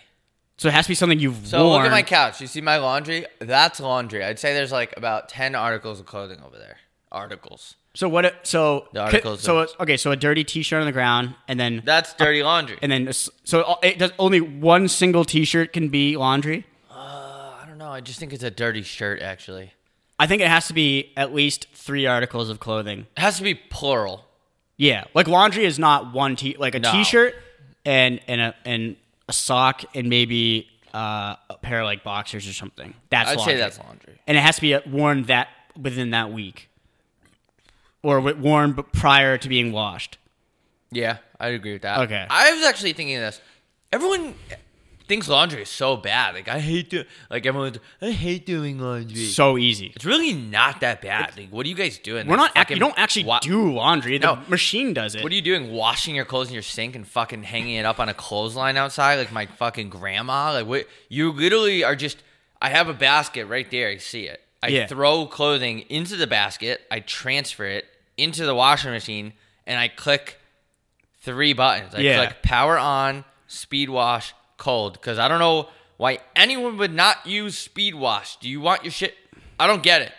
Speaker 4: So it has to be something you've
Speaker 3: So
Speaker 4: worn.
Speaker 3: look at my couch. You see my laundry? That's laundry. I'd say there's like about ten articles of clothing over there. Articles.
Speaker 4: so what? it- So
Speaker 3: The articles
Speaker 4: so
Speaker 3: of-
Speaker 4: okay. So a dirty T-shirt on the ground, and then
Speaker 3: That's dirty laundry.
Speaker 4: and then so uh, it does only one single T-shirt can be laundry.
Speaker 3: I don't know. I just think it's a dirty shirt. Actually,
Speaker 4: I think it has to be at least three articles of clothing.
Speaker 3: it has to be plural.
Speaker 4: Yeah, like laundry is not one t like a
Speaker 3: No.
Speaker 4: shirt and and a and a sock and maybe uh, a pair of like boxers or something. That's
Speaker 3: I'd
Speaker 4: laundry.
Speaker 3: say that's laundry.
Speaker 4: and it has to be worn that within that week, or wi- worn b- prior to being washed.
Speaker 3: Yeah, I'd agree with that.
Speaker 4: Okay.
Speaker 3: I was actually thinking of this. Everyone thinks laundry is so bad. Like I hate do like everyone's I hate doing laundry.
Speaker 4: So easy.
Speaker 3: it's really not that bad. Like what are you guys doing?
Speaker 4: We're
Speaker 3: Like,
Speaker 4: not. Ac-
Speaker 3: fucking
Speaker 4: you don't actually
Speaker 3: wa-
Speaker 4: do laundry. The
Speaker 3: No.
Speaker 4: machine does it.
Speaker 3: What are you doing? Washing your clothes in your sink and fucking hanging it up on a clothesline outside, like my fucking grandma. Like what? You literally are just. I have a basket right there. I see it. I
Speaker 4: Yeah.
Speaker 3: throw clothing into the basket. I transfer it into the washing machine, and I click three buttons. I
Speaker 4: Yeah.
Speaker 3: click power on, speed wash, cold. Because I don't know why anyone would not use speed wash. Do you want your shit? I don't get it.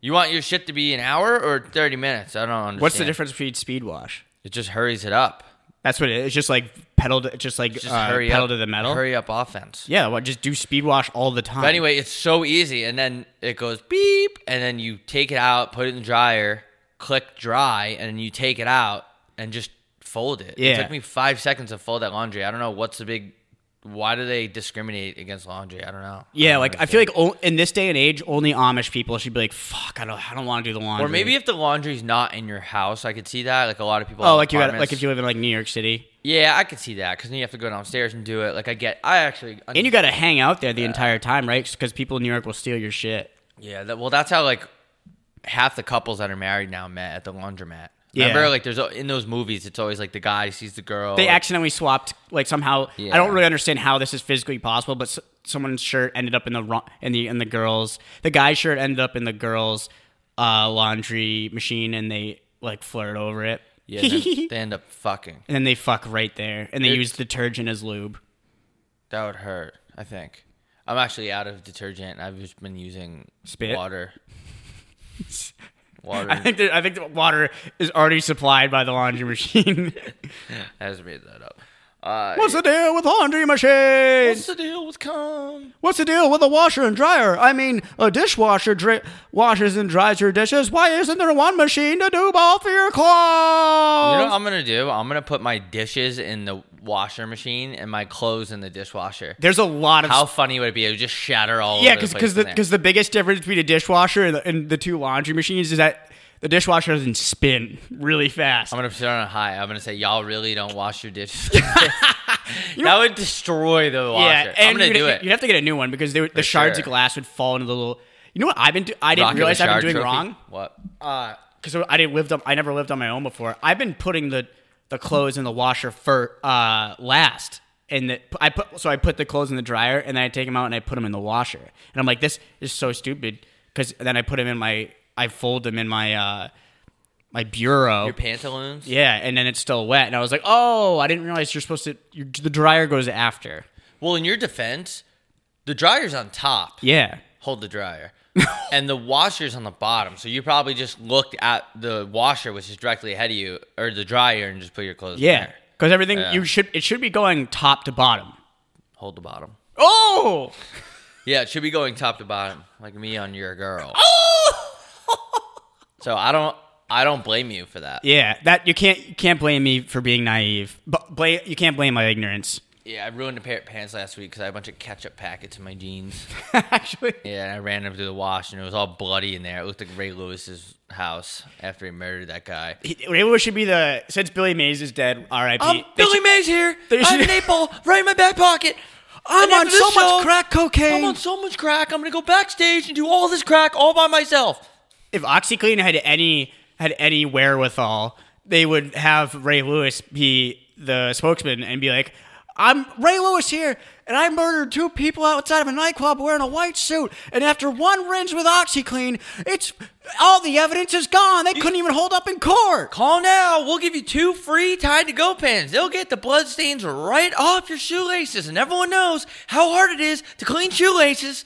Speaker 3: You want your shit to be an hour or thirty minutes? I don't understand.
Speaker 4: What's the difference between speed wash?
Speaker 3: It just hurries it up.
Speaker 4: That's what it is. It's just like pedal. To, just like
Speaker 3: Just
Speaker 4: uh,
Speaker 3: hurry
Speaker 4: pedal
Speaker 3: up
Speaker 4: to the metal.
Speaker 3: Hurry up offense.
Speaker 4: Yeah, well, just do speed wash all the time.
Speaker 3: But anyway, it's so easy, and then it goes beep, and then you take it out, put it in the dryer, click dry, and then you take it out and just fold it.
Speaker 4: Yeah.
Speaker 3: It took me five seconds to fold that laundry. I don't know what's the big. Why do they discriminate against laundry? I don't know.
Speaker 4: Yeah, like I feel like o- in this day and age, only Amish people should be like, "Fuck, I don't, I don't want to do the laundry."
Speaker 3: Or maybe if the laundry's not in your house, I could see that. Like a lot of people.
Speaker 4: oh,
Speaker 3: have
Speaker 4: like you got like
Speaker 3: apartments.
Speaker 4: if you live in like New York City
Speaker 3: Yeah, I could see that because then you have to go downstairs and do it. Like I get. I actually.
Speaker 4: and you got to hang out there the entire time, right? Because people in New York will steal your shit.
Speaker 3: Yeah, that, well, that's how like half the couples that are married now met at the laundromat.
Speaker 4: Yeah.
Speaker 3: Remember, like there's a- in those movies, it's always like the guy sees the girl.
Speaker 4: They
Speaker 3: Oh, like-
Speaker 4: accidentally swapped, like somehow. I
Speaker 3: Yeah.
Speaker 4: don't really understand how this is physically possible, but s- someone's shirt ended up in the wrong, in the in the girls. The guy's shirt ended up in the girls' uh, laundry machine, and they like flirt over it.
Speaker 3: Yeah, and then they end up fucking.
Speaker 4: and then they fuck right there, and they
Speaker 3: It's-
Speaker 4: use detergent as lube.
Speaker 3: That would hurt. I think. I'm actually out of detergent. I've just been using
Speaker 4: Spit?
Speaker 3: water. Water.
Speaker 4: I think that, I think the water is already supplied by the laundry machine.
Speaker 3: I just made that up. Uh,
Speaker 4: What's the deal with laundry machines?
Speaker 3: what's the deal with cum?
Speaker 4: What's the deal with a washer and dryer? I mean, a dishwasher dri- washes and dries your dishes. Why isn't there one machine to do both for your
Speaker 3: You know what
Speaker 4: clothes?
Speaker 3: I'm gonna do? I'm gonna put my dishes in the washer machine and my clothes in the dishwasher.
Speaker 4: There's a lot of
Speaker 3: How funny would it be? It would just shatter all
Speaker 4: yeah,
Speaker 3: over the
Speaker 4: because
Speaker 3: place
Speaker 4: because the
Speaker 3: in there.
Speaker 4: because the biggest difference between a dishwasher and the, and the two laundry machines is that the dishwasher doesn't spin really fast.
Speaker 3: I'm gonna start on a high. I'm gonna say y'all really don't wash your dishes. that would destroy the washer.
Speaker 4: yeah,
Speaker 3: I'm
Speaker 4: and
Speaker 3: gonna
Speaker 4: you'd,
Speaker 3: do it.
Speaker 4: you'd have to get a new one because they, would- the shards
Speaker 3: sure.
Speaker 4: of glass would fall into the little. You know what I've been do- I didn't
Speaker 3: Rocket
Speaker 4: realize I've
Speaker 3: Richard
Speaker 4: been doing
Speaker 3: trophy.
Speaker 4: wrong.
Speaker 3: What?
Speaker 4: because I didn't lived on, I never lived on my own before. I've been putting the the clothes in the washer for uh last, and the, I put so I put the clothes in the dryer, and then I take them out and I put them in the washer, and I'm like, this is so stupid because then I put them in my I fold them in my uh my bureau.
Speaker 3: Your pantaloons?
Speaker 4: yeah, and then it's still wet, and I was like, "Oh, I didn't realize you're supposed to." Your, the dryer goes after.
Speaker 3: Well, in your defense, the dryer's on top.
Speaker 4: Yeah,
Speaker 3: Hold the dryer. and the washer's on the bottom. So you probably just looked at the washer, which is directly ahead of you, or the dryer, and just put your clothes in
Speaker 4: yeah,
Speaker 3: there.
Speaker 4: because everything
Speaker 3: Yeah.
Speaker 4: you should it should be going top to bottom.
Speaker 3: Hold the bottom.
Speaker 4: Oh,
Speaker 3: Yeah, it should be going top to bottom, like me on your girl.
Speaker 4: Oh!
Speaker 3: so I don't I don't blame you for that.
Speaker 4: Yeah, that you can't you can't blame me for being naive. But blame you can't blame my ignorance.
Speaker 3: Yeah, I ruined a pair of pants last week because I had a bunch of ketchup packets in my jeans.
Speaker 4: Actually,
Speaker 3: yeah, and I ran them through the wash, and it was all bloody in there. It looked like Ray Lewis's house after he murdered that guy.
Speaker 4: he, Ray Lewis should be the since Billy Mays is dead. R.I.P.
Speaker 3: I'm
Speaker 4: they
Speaker 3: Um, Billy
Speaker 4: should-
Speaker 3: Mays here.
Speaker 4: they
Speaker 3: I'm
Speaker 4: should-
Speaker 3: Naple, right in my back pocket.
Speaker 4: I'm
Speaker 3: And
Speaker 4: on
Speaker 3: after this
Speaker 4: so
Speaker 3: show,
Speaker 4: much crack cocaine.
Speaker 3: I'm on so much crack. I'm gonna go backstage and do all this crack all by myself.
Speaker 4: if OxyClean had any had any wherewithal, they would have Ray Lewis be the spokesman and be like, "I'm Ray Lewis here, and I murdered two people outside of a nightclub wearing a white suit, and after one rinse with OxyClean, it's all the evidence is gone. They couldn't even hold up in court."
Speaker 3: Call now. We'll give you two free Tide to Go pens. They'll get the blood stains right off your shoelaces, and everyone knows how hard it is to clean shoelaces.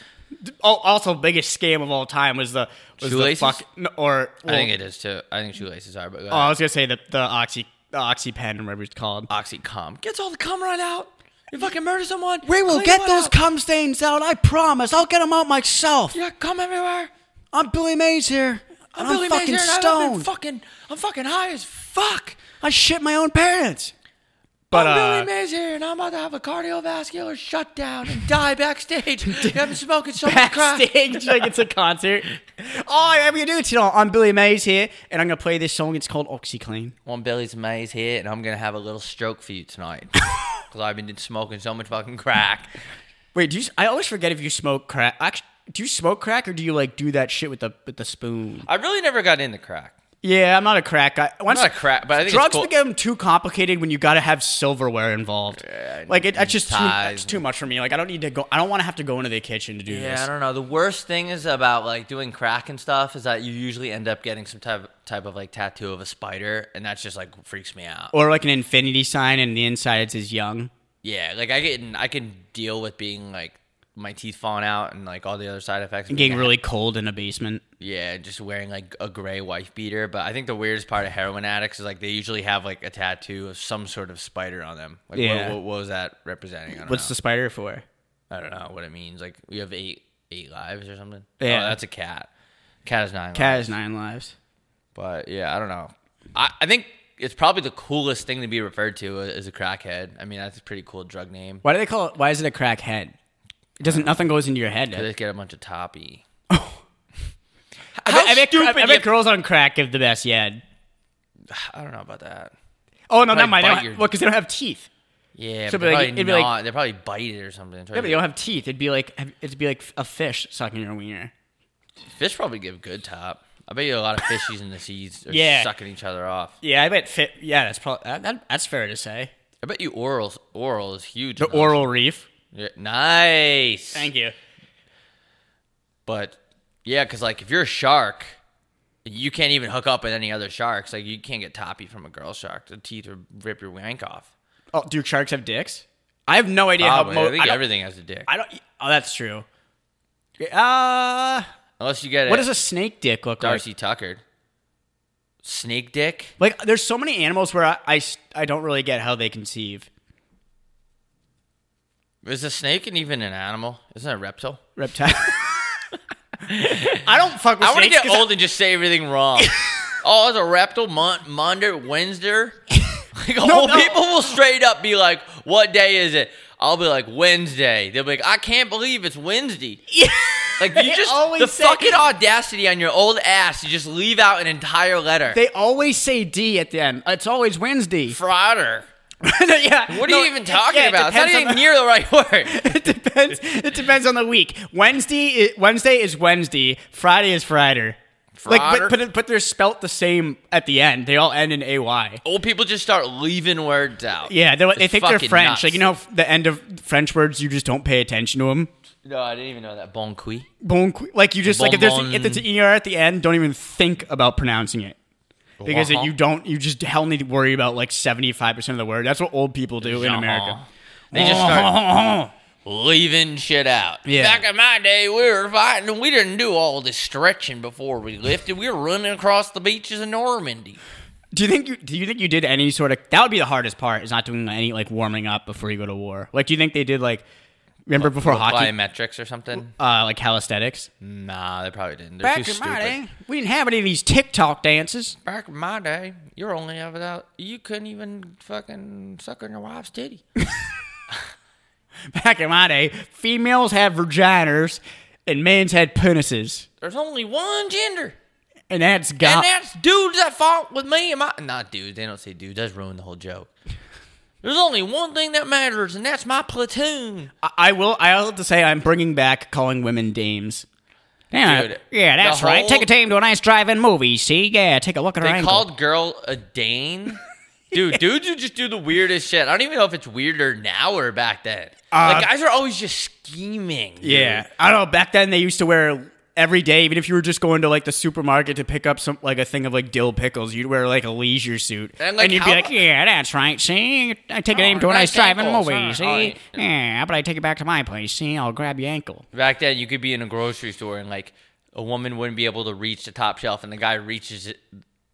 Speaker 4: Oh, also biggest scam of all time was the was the
Speaker 3: Shoelaces?
Speaker 4: fuck no, or
Speaker 3: I think it is too. I think shoelaces are, but go
Speaker 4: Oh, I
Speaker 3: ahead.
Speaker 4: was gonna say the the oxy the oxy pen or whatever it's called.
Speaker 3: OxyCom gets all the cum right out. You fucking murder someone.
Speaker 4: We will
Speaker 3: clean
Speaker 4: get
Speaker 3: one
Speaker 4: those
Speaker 3: out.
Speaker 4: cum stains out. I promise. I'll get them out myself.
Speaker 3: You got cum everywhere.
Speaker 4: I'm Billy Mays here.
Speaker 3: I'm,
Speaker 4: and
Speaker 3: Billy
Speaker 4: I'm fucking
Speaker 3: Mays here, and I've been
Speaker 4: stoned.
Speaker 3: fucking, I'm fucking high as fuck.
Speaker 4: I shit my own parents. But
Speaker 3: I'm
Speaker 4: uh,
Speaker 3: Billy Mays here, and I'm about to have a cardiovascular shutdown and die backstage. I've been smoking so much crack.
Speaker 4: backstage like it's a concert. Oh, yeah, we do it tonight. I'm Billy Mays here, and I'm gonna play this song. It's called OxyClean.
Speaker 3: One Billy's Mays here, and I'm gonna have a little stroke for you tonight because I've been smoking so much fucking crack.
Speaker 4: Wait, do you? I always forget if you smoke crack. Actually, do you smoke crack or do you like do that shit with the with the spoon?
Speaker 3: I really never got into crack.
Speaker 4: Yeah, I'm not a crack guy. Once,
Speaker 3: not a crack, but I think it's
Speaker 4: drugs
Speaker 3: cool-
Speaker 4: become too complicated when you got to have silverware involved. like it, that's just too,
Speaker 3: ties.
Speaker 4: that's too much for me. Like I don't need to go. I don't want to have to go into the kitchen to do
Speaker 3: Yeah, I
Speaker 4: this.
Speaker 3: don't know. The worst thing is about like doing crack and stuff is that you usually end up getting some type type of like tattoo of a spider, and that's just like freaks me out.
Speaker 4: Or like an infinity sign, and the inside it says young.
Speaker 3: Yeah, like I can I can deal with being like my teeth falling out and like all the other side effects. of
Speaker 4: And getting
Speaker 3: being a-
Speaker 4: really cold in a basement.
Speaker 3: yeah, just wearing like a gray wife beater. But I think the weirdest part of heroin addicts is like they usually have like a tattoo of some sort of spider on them. Like
Speaker 4: Yeah.
Speaker 3: what, what, what was that representing? I don't
Speaker 4: What's
Speaker 3: know.
Speaker 4: the spider for?
Speaker 3: I don't know what it means. Like we have eight eight lives or something.
Speaker 4: Yeah.
Speaker 3: oh, that's a cat. Cat is nine.
Speaker 4: Cat
Speaker 3: lives.
Speaker 4: has nine lives.
Speaker 3: But yeah, I don't know. I, I think it's probably the coolest thing to be referred to as a crackhead. I mean, that's a pretty cool drug name.
Speaker 4: Why do they call it? Why is it a crack head? It doesn't. Nothing goes into your head.
Speaker 3: They just get a bunch of toppy.
Speaker 4: Oh. I
Speaker 3: How
Speaker 4: bet- I bet-
Speaker 3: stupid
Speaker 4: I
Speaker 3: you-
Speaker 4: bet girls on crack give the best yad.
Speaker 3: I don't know about that.
Speaker 4: Oh no, never
Speaker 3: Probably
Speaker 4: mind. They
Speaker 3: bite
Speaker 4: don't-
Speaker 3: your-
Speaker 4: Well, because they don't have teeth.
Speaker 3: Yeah,
Speaker 4: So
Speaker 3: but
Speaker 4: it'd be like-
Speaker 3: they're probably
Speaker 4: it'd be like-
Speaker 3: not. They probably bite it or something.
Speaker 4: Yeah, but they don't have teeth. It'd be like it'd be like a fish sucking your wiener.
Speaker 3: Fish probably give good top. I bet you a lot of fishies in the seas are
Speaker 4: Yeah.
Speaker 3: sucking each other off.
Speaker 4: Yeah, I bet. Fit, yeah, that's probably that, that, that's fair to say.
Speaker 3: I bet you oral oral is huge.
Speaker 4: The
Speaker 3: in those.
Speaker 4: oral reef.
Speaker 3: Yeah, nice.
Speaker 4: Thank you.
Speaker 3: But yeah, because like if you're a shark, you can't even hook up with any other sharks. Like you can't get toppy from a girl shark. The teeth would rip your wank off.
Speaker 4: Oh, do sharks have dicks? I have no idea
Speaker 3: Probably.
Speaker 4: how. Mo-
Speaker 3: I think
Speaker 4: don't-
Speaker 3: everything has a dick.
Speaker 4: I don't. Oh, that's true. Uh,
Speaker 3: Unless you get
Speaker 4: what
Speaker 3: it
Speaker 4: does a snake dick look
Speaker 3: Darcy Tucker. Snake dick?
Speaker 4: like? Like, there's so many animals where I, I s- I don't really get how they conceive.
Speaker 3: Is a snake and even an animal? Isn't it a reptile?
Speaker 4: Reptile. I don't fuck with
Speaker 3: I want to
Speaker 4: snakes.
Speaker 3: get
Speaker 4: 'cause
Speaker 3: old and just say everything wrong. oh, it's a reptile, mon- monder, Wednesday. Like, old
Speaker 4: no.
Speaker 3: people will straight up be like, "What day is it?" I'll be like, "Wednesday." They'll be like, "I can't believe it's Wednesday." Like
Speaker 4: They
Speaker 3: you just
Speaker 4: always
Speaker 3: the
Speaker 4: say-
Speaker 3: fucking audacity on your old ass to just leave out an entire letter.
Speaker 4: They always say D at the end. It's always Wednesday.
Speaker 3: Frauder.
Speaker 4: yeah.
Speaker 3: What are
Speaker 4: No,
Speaker 3: you even
Speaker 4: it-
Speaker 3: talking
Speaker 4: yeah, it
Speaker 3: about? It's not
Speaker 4: depends on the-
Speaker 3: even near the right word.
Speaker 4: it depends. It depends on the week. Wednesday, i- Wednesday is Wednesday. Friday is Friday. Like,
Speaker 3: Friday?
Speaker 4: but, but but they're spelt the same at the end. They all end in ay.
Speaker 3: Old people just start leaving words out.
Speaker 4: Yeah, they, they
Speaker 3: It's
Speaker 4: think they're
Speaker 3: fucking
Speaker 4: French.
Speaker 3: nuts.
Speaker 4: Like you know, f- the end of French words, you just don't pay attention to them.
Speaker 3: No, I didn't even know that. Bon qui.
Speaker 4: Bon, qu- like you just like if there's
Speaker 3: Bonbon.
Speaker 4: if it's an er at the end, don't even think about pronouncing it because
Speaker 3: Uh-huh.
Speaker 4: you don't. You just hell need to worry about like seventy five percent of the word. That's what old people do
Speaker 3: Uh-huh.
Speaker 4: in America. Oh.
Speaker 3: They just start leaving shit out.
Speaker 4: Yeah.
Speaker 3: Back in my day, we were fighting. We didn't do all this stretching before we lifted. We were running across the beaches of Normandy.
Speaker 4: Do you think you do you think you did any sort of that would be the hardest part is not doing any like warming up before you go to war. Like do you think they did like remember before hockey
Speaker 3: Plyometrics or something?
Speaker 4: uh like calisthenics?
Speaker 3: Nah, they probably didn't. They're too stupid.
Speaker 4: we didn't have any of these TikTok dances.
Speaker 3: Back in my day, you're only ever out. You couldn't even fucking suck on your wife's titty.
Speaker 4: Back in my day, females had vaginas and men's had penises.
Speaker 3: There's only one gender,
Speaker 4: And that's
Speaker 3: and
Speaker 4: got
Speaker 3: that's dudes that fought with me and my. Not dudes. They don't say dudes. That's ruined the whole joke. There's only one thing that matters, and that's my platoon.
Speaker 4: I, I will I will have to say I'm bringing back calling women dames. Yeah,
Speaker 3: Dude,
Speaker 4: yeah,
Speaker 3: the
Speaker 4: that's right. Take
Speaker 3: whole-
Speaker 4: a dame to a nice drive-in movie. See, yeah, take a look at her
Speaker 3: They
Speaker 4: ankle.
Speaker 3: called girl a Dane. Dude, dudes who just do the weirdest shit. I don't even know if it's weirder now or back then. like
Speaker 4: Uh,
Speaker 3: guys are always just scheming. dude.
Speaker 4: Yeah, I don't know. Back then, they used to wear every day, even if you were just going to like the supermarket to pick up some like a thing of like dill pickles, you'd wear like a leisure suit,
Speaker 3: And,
Speaker 4: and,
Speaker 3: like,
Speaker 4: you'd
Speaker 3: how
Speaker 4: be like,
Speaker 3: mu-
Speaker 4: "Yeah, that's right. See, I take it
Speaker 3: Oh,
Speaker 4: aim to a nice
Speaker 3: nice
Speaker 4: drive-in
Speaker 3: ankles,
Speaker 4: movie.
Speaker 3: huh?
Speaker 4: See,
Speaker 3: Oh, yeah.
Speaker 4: yeah, but I take it back to my place. See, I'll grab your ankle.
Speaker 3: Back then, you could be in a grocery store and like a woman wouldn't be able to reach the top shelf, and the guy reaches it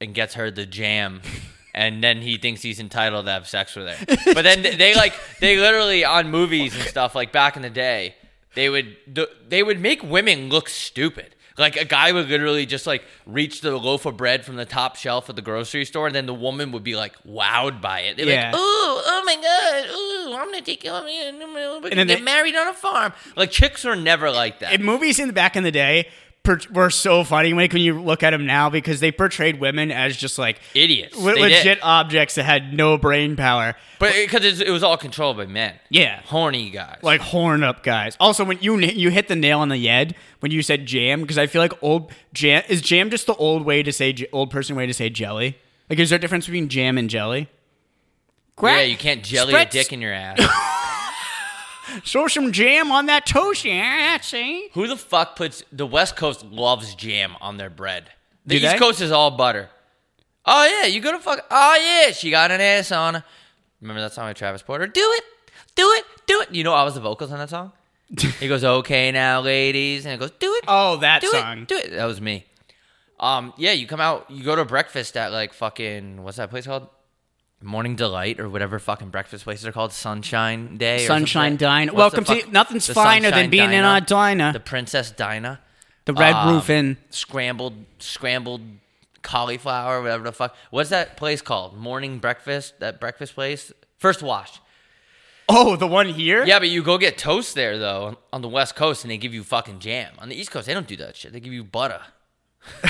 Speaker 3: and gets her the jam, and then he thinks he's entitled to have sex with her. But then they like they literally on movies and stuff like back in the day, they would th- they would make women look stupid. Like a guy would literally just like reach the loaf of bread from the top shelf at the grocery store, and then the woman would be like wowed by it. They're
Speaker 4: Yeah.
Speaker 3: like, "Ooh, oh my god, ooh, I'm gonna take you, I'm gonna, we
Speaker 4: And
Speaker 3: can
Speaker 4: then
Speaker 3: get
Speaker 4: they-
Speaker 3: married on a farm." Like chicks were never like that.
Speaker 4: And movies in the back in the day per- were so funny like, when you look at them now because they portrayed women as just like
Speaker 3: idiots.
Speaker 4: le-
Speaker 3: They did.
Speaker 4: legit objects that had no brain power.
Speaker 3: but because it was all controlled by men.
Speaker 4: Yeah.
Speaker 3: horny guys.
Speaker 4: like horn up guys. Also, when you you hit the nail on the head when you said jam, because I feel like old jam is jam just the old way to say j- old person way to say jelly. Like, is there a difference between jam and jelly?
Speaker 3: yeah, you can't jelly a
Speaker 4: spread-
Speaker 3: dick in your ass.
Speaker 4: Throw some jam on that toast, yeah. that's it.
Speaker 3: Who the fuck puts the West Coast loves jam on their bread? The
Speaker 4: Do
Speaker 3: East
Speaker 4: they?
Speaker 3: Coast is all butter. Oh yeah, you go to fuck. Oh yeah, she got an ass on. her. Remember that song by Travis Porter? Do it, do it, do it. You know I was the vocals on that song. he goes, "Okay now, ladies," and it goes, "Do it."
Speaker 4: Oh, that
Speaker 3: do
Speaker 4: song.
Speaker 3: It, do it. That was me. Um, yeah, you come out, you go to breakfast at like fucking what's that place called? Morning Delight or whatever fucking breakfast places are called. Sunshine Day. or
Speaker 4: Sunshine
Speaker 3: something.
Speaker 4: Dine.
Speaker 3: What's the
Speaker 4: Welcome to-
Speaker 3: fuck-
Speaker 4: nothing's
Speaker 3: the
Speaker 4: finer than
Speaker 3: Sunshine
Speaker 4: being in our diner.
Speaker 3: The Princess Dinah.
Speaker 4: The red
Speaker 3: Um,
Speaker 4: roof in.
Speaker 3: Scrambled, scrambled cauliflower, whatever the fuck. What's that place called? Morning breakfast. That breakfast place. First wash.
Speaker 4: Oh, the one here.
Speaker 3: Yeah, but you go get toast there though on the West Coast, and they give you fucking jam. On the East Coast, they don't do that shit. They give you butter,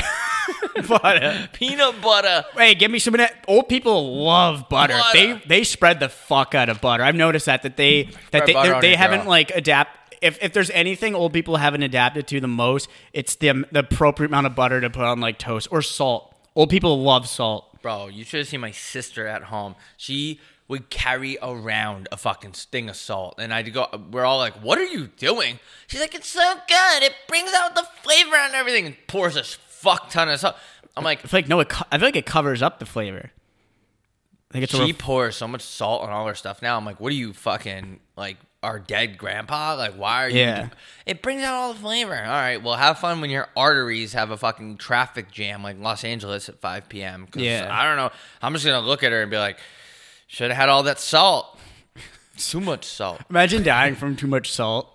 Speaker 4: butter.
Speaker 3: peanut butter.
Speaker 4: Hey, give me some of that. Old people love butter.
Speaker 3: Butter.
Speaker 4: They they spread the fuck out of butter. I've noticed that that they that they
Speaker 3: butter
Speaker 4: they're-
Speaker 3: on
Speaker 4: they
Speaker 3: your
Speaker 4: haven't
Speaker 3: girl.
Speaker 4: like adapt if if there's anything old people haven't adapted to the most, it's the um, the appropriate amount of butter to put on like toast or salt. Old people love salt.
Speaker 3: Bro, you should have seen my sister at home. She would carry around a fucking sting of salt. And I'd go, we're all like, what are you doing? She's like, it's so good. It brings out the flavor and everything. And pours a fuck ton of salt. I'm like,
Speaker 4: I feel like no, it co- I feel like it covers up the flavor. I think it's a
Speaker 3: she
Speaker 4: ref-
Speaker 3: pours so much salt on all her stuff now. I'm like, what are you fucking, like, our dead grandpa? Like, why are you?
Speaker 4: Yeah.
Speaker 3: It brings out all the flavor. All right, well, have fun when your arteries have a fucking traffic jam like Los Angeles at 5 p.m. 'Cause
Speaker 4: Yeah.
Speaker 3: I don't know. I'm just going to look at her and be like, should have had all that salt. Too much salt.
Speaker 4: Imagine dying from too much salt.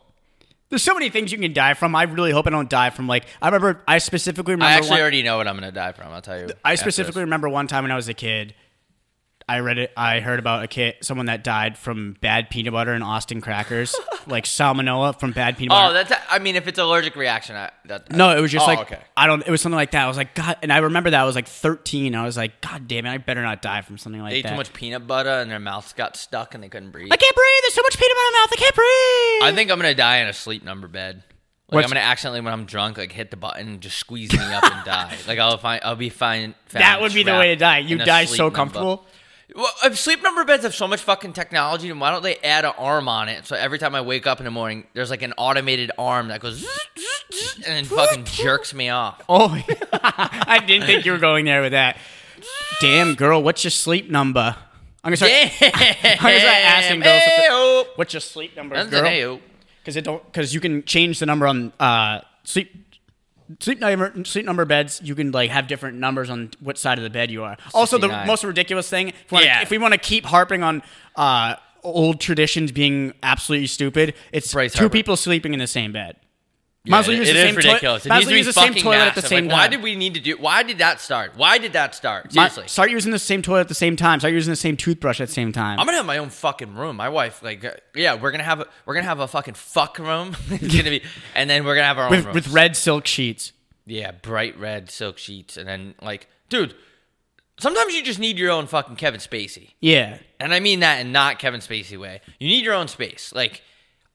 Speaker 4: There's so many things you can die from. I really hope I don't die from like I remember. I specifically remember.
Speaker 3: I actually
Speaker 4: one-
Speaker 3: already know what I'm going to die from. I'll tell you.
Speaker 4: I
Speaker 3: after this.
Speaker 4: specifically remember one time when I was a kid. I read it. I heard about a kid, someone that died from bad peanut butter and Austin crackers, like salmonella from bad peanut butter.
Speaker 3: Oh, that's. I mean, if it's allergic reaction, I, that
Speaker 4: No, it was just
Speaker 3: Oh,
Speaker 4: like
Speaker 3: okay.
Speaker 4: I don't. It was something like that. I was like, God, and I remember that I was like 13. I was like, God damn it, I better not die from something like
Speaker 3: They ate
Speaker 4: that.
Speaker 3: too much peanut butter and their mouths got stuck and they couldn't breathe.
Speaker 4: I can't breathe. There's so much peanut butter in my mouth. I can't breathe.
Speaker 3: I think I'm gonna die in a sleep number bed. Like
Speaker 4: What's-
Speaker 3: I'm gonna accidentally when I'm drunk, like hit the button, and just squeeze me up and die. Like I'll find, I'll be fine. found
Speaker 4: that would be the way to
Speaker 3: trapped
Speaker 4: die. You
Speaker 3: in a
Speaker 4: die
Speaker 3: sleep
Speaker 4: so
Speaker 3: number.
Speaker 4: comfortable.
Speaker 3: Well, if sleep number beds have so much fucking technology, then why don't they add an arm on it? So every time I wake up in the morning, there's like an automated arm that goes and then fucking jerks me off.
Speaker 4: Oh, I didn't think you were going there with that. Damn, girl, what's your sleep number? I'm gonna start.
Speaker 3: Damn.
Speaker 4: I'm gonna start asking girls. what the-
Speaker 3: Ayo.
Speaker 4: what's your sleep number,
Speaker 3: That's
Speaker 4: girl?
Speaker 3: an ayo.
Speaker 4: Because it don't. Because you can change the number on uh, sleep. Sleep number, sleep number beds. You can like have different numbers on what side of the bed you are. Also, the
Speaker 3: 69.
Speaker 4: most ridiculous thing. If we wanna,
Speaker 3: Yeah.
Speaker 4: if we want to keep harping on uh, old traditions being absolutely stupid, it's
Speaker 3: Bryce
Speaker 4: two
Speaker 3: Harper.
Speaker 4: people sleeping in the same bed.
Speaker 3: Yeah,
Speaker 4: Might as well use
Speaker 3: it
Speaker 4: the
Speaker 3: is
Speaker 4: same toilet-
Speaker 3: ridiculous.
Speaker 4: might as
Speaker 3: it needs
Speaker 4: well
Speaker 3: to be
Speaker 4: use the same
Speaker 3: fucking
Speaker 4: toilet at the
Speaker 3: massive.
Speaker 4: same
Speaker 3: like, Why
Speaker 4: time.
Speaker 3: did we need to do? Why did that start? Why did that start?
Speaker 4: My-
Speaker 3: Seriously.
Speaker 4: start using the same toilet at the same time. Start using the same toothbrush at the same time.
Speaker 3: I'm gonna have my own fucking room. My wife, like, uh, yeah, we're gonna have a we're gonna have a fucking fuck room. it's gonna be, and then we're gonna have our own
Speaker 4: with,
Speaker 3: room
Speaker 4: with red silk sheets.
Speaker 3: Yeah, bright red silk sheets, and then like, dude, sometimes you just need your own fucking Kevin Spacey,
Speaker 4: Yeah.
Speaker 3: and I mean that in not Kevin Spacey way. You need your own space. Like,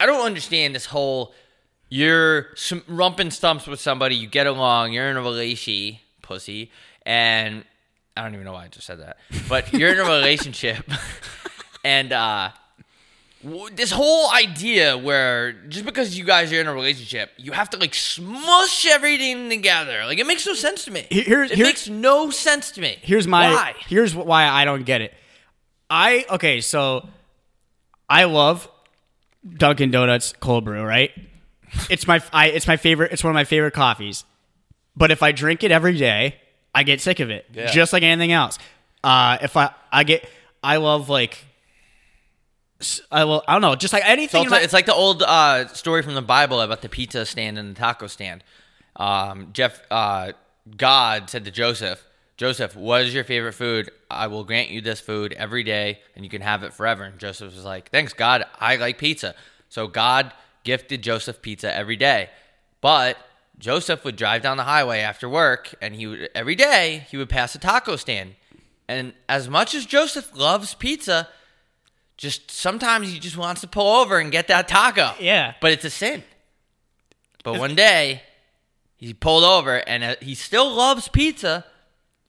Speaker 3: I don't understand this whole you're sm- rumping stumps with somebody, you get along, you're in a relation, pussy, and I don't even know why I just said that, but you're in a relationship, and uh w- this whole idea where just because you guys are in a relationship, you have to like smush everything together. Like it makes no sense to me.
Speaker 4: Here- here-
Speaker 3: it
Speaker 4: here-
Speaker 3: makes no sense to me.
Speaker 4: Here's my
Speaker 3: why.
Speaker 4: here's wh- why I don't get it. I okay, so I love Dunkin' Donuts cold brew, right? It's my I, it's my favorite. It's one of my favorite coffees. But if I drink it every day, I get sick of it,
Speaker 3: Yeah.
Speaker 4: just like anything else. Uh, if I I get I love like s- I will I don't know, just like
Speaker 3: It's,
Speaker 4: anything. in
Speaker 3: also-
Speaker 4: my-
Speaker 3: it's like the old uh, story from the Bible about the pizza stand and the taco stand. Um, Jeff, uh, God said to Joseph, Joseph, what is your favorite food? I will grant you this food every day and you can have it forever. And Joseph was like, thanks, God. I like pizza. So God gifted Joseph pizza every day. But Joseph would drive down the highway after work and he would, every day he would pass a taco stand. And as much as Joseph loves pizza, just sometimes he just wants to pull over and get that taco.
Speaker 4: Yeah.
Speaker 3: But it's a sin. But one day he pulled over and uh, he still loves pizza,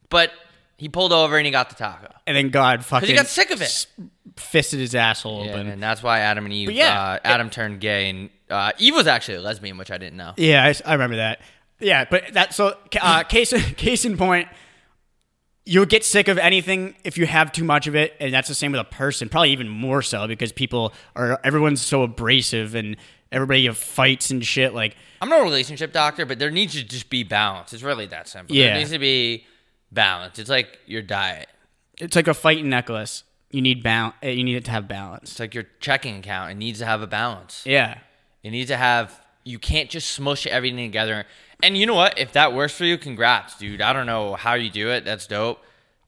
Speaker 3: but he pulled over and he got the taco.
Speaker 4: and then God
Speaker 3: Because
Speaker 4: fucking
Speaker 3: he got sick of it.
Speaker 4: fisted his asshole
Speaker 3: Yeah,
Speaker 4: open.
Speaker 3: and that's why Adam and Eve,
Speaker 4: But yeah,
Speaker 3: uh,
Speaker 4: it-
Speaker 3: Adam turned gay and uh, Eve was actually a lesbian, which I didn't know.
Speaker 4: Yeah, I, s- I remember that. Yeah, but that so uh, case case in point, you'll get sick of anything if you have too much of it, and that's the same with a person. Probably even more so because people are everyone's so abrasive and everybody fights and shit. Like
Speaker 3: I'm no relationship doctor, but there needs to just be balance. It's really that simple. There
Speaker 4: Yeah.
Speaker 3: needs to be balance. It's like your diet.
Speaker 4: it's like a fighting necklace. You need bal- uh, You need it to have balance.
Speaker 3: It's like your checking account. It needs to have a balance.
Speaker 4: Yeah,
Speaker 3: You need to have. You can't just smush everything together. And you know what? If that works for you, congrats, dude. I don't know how you do it. That's dope.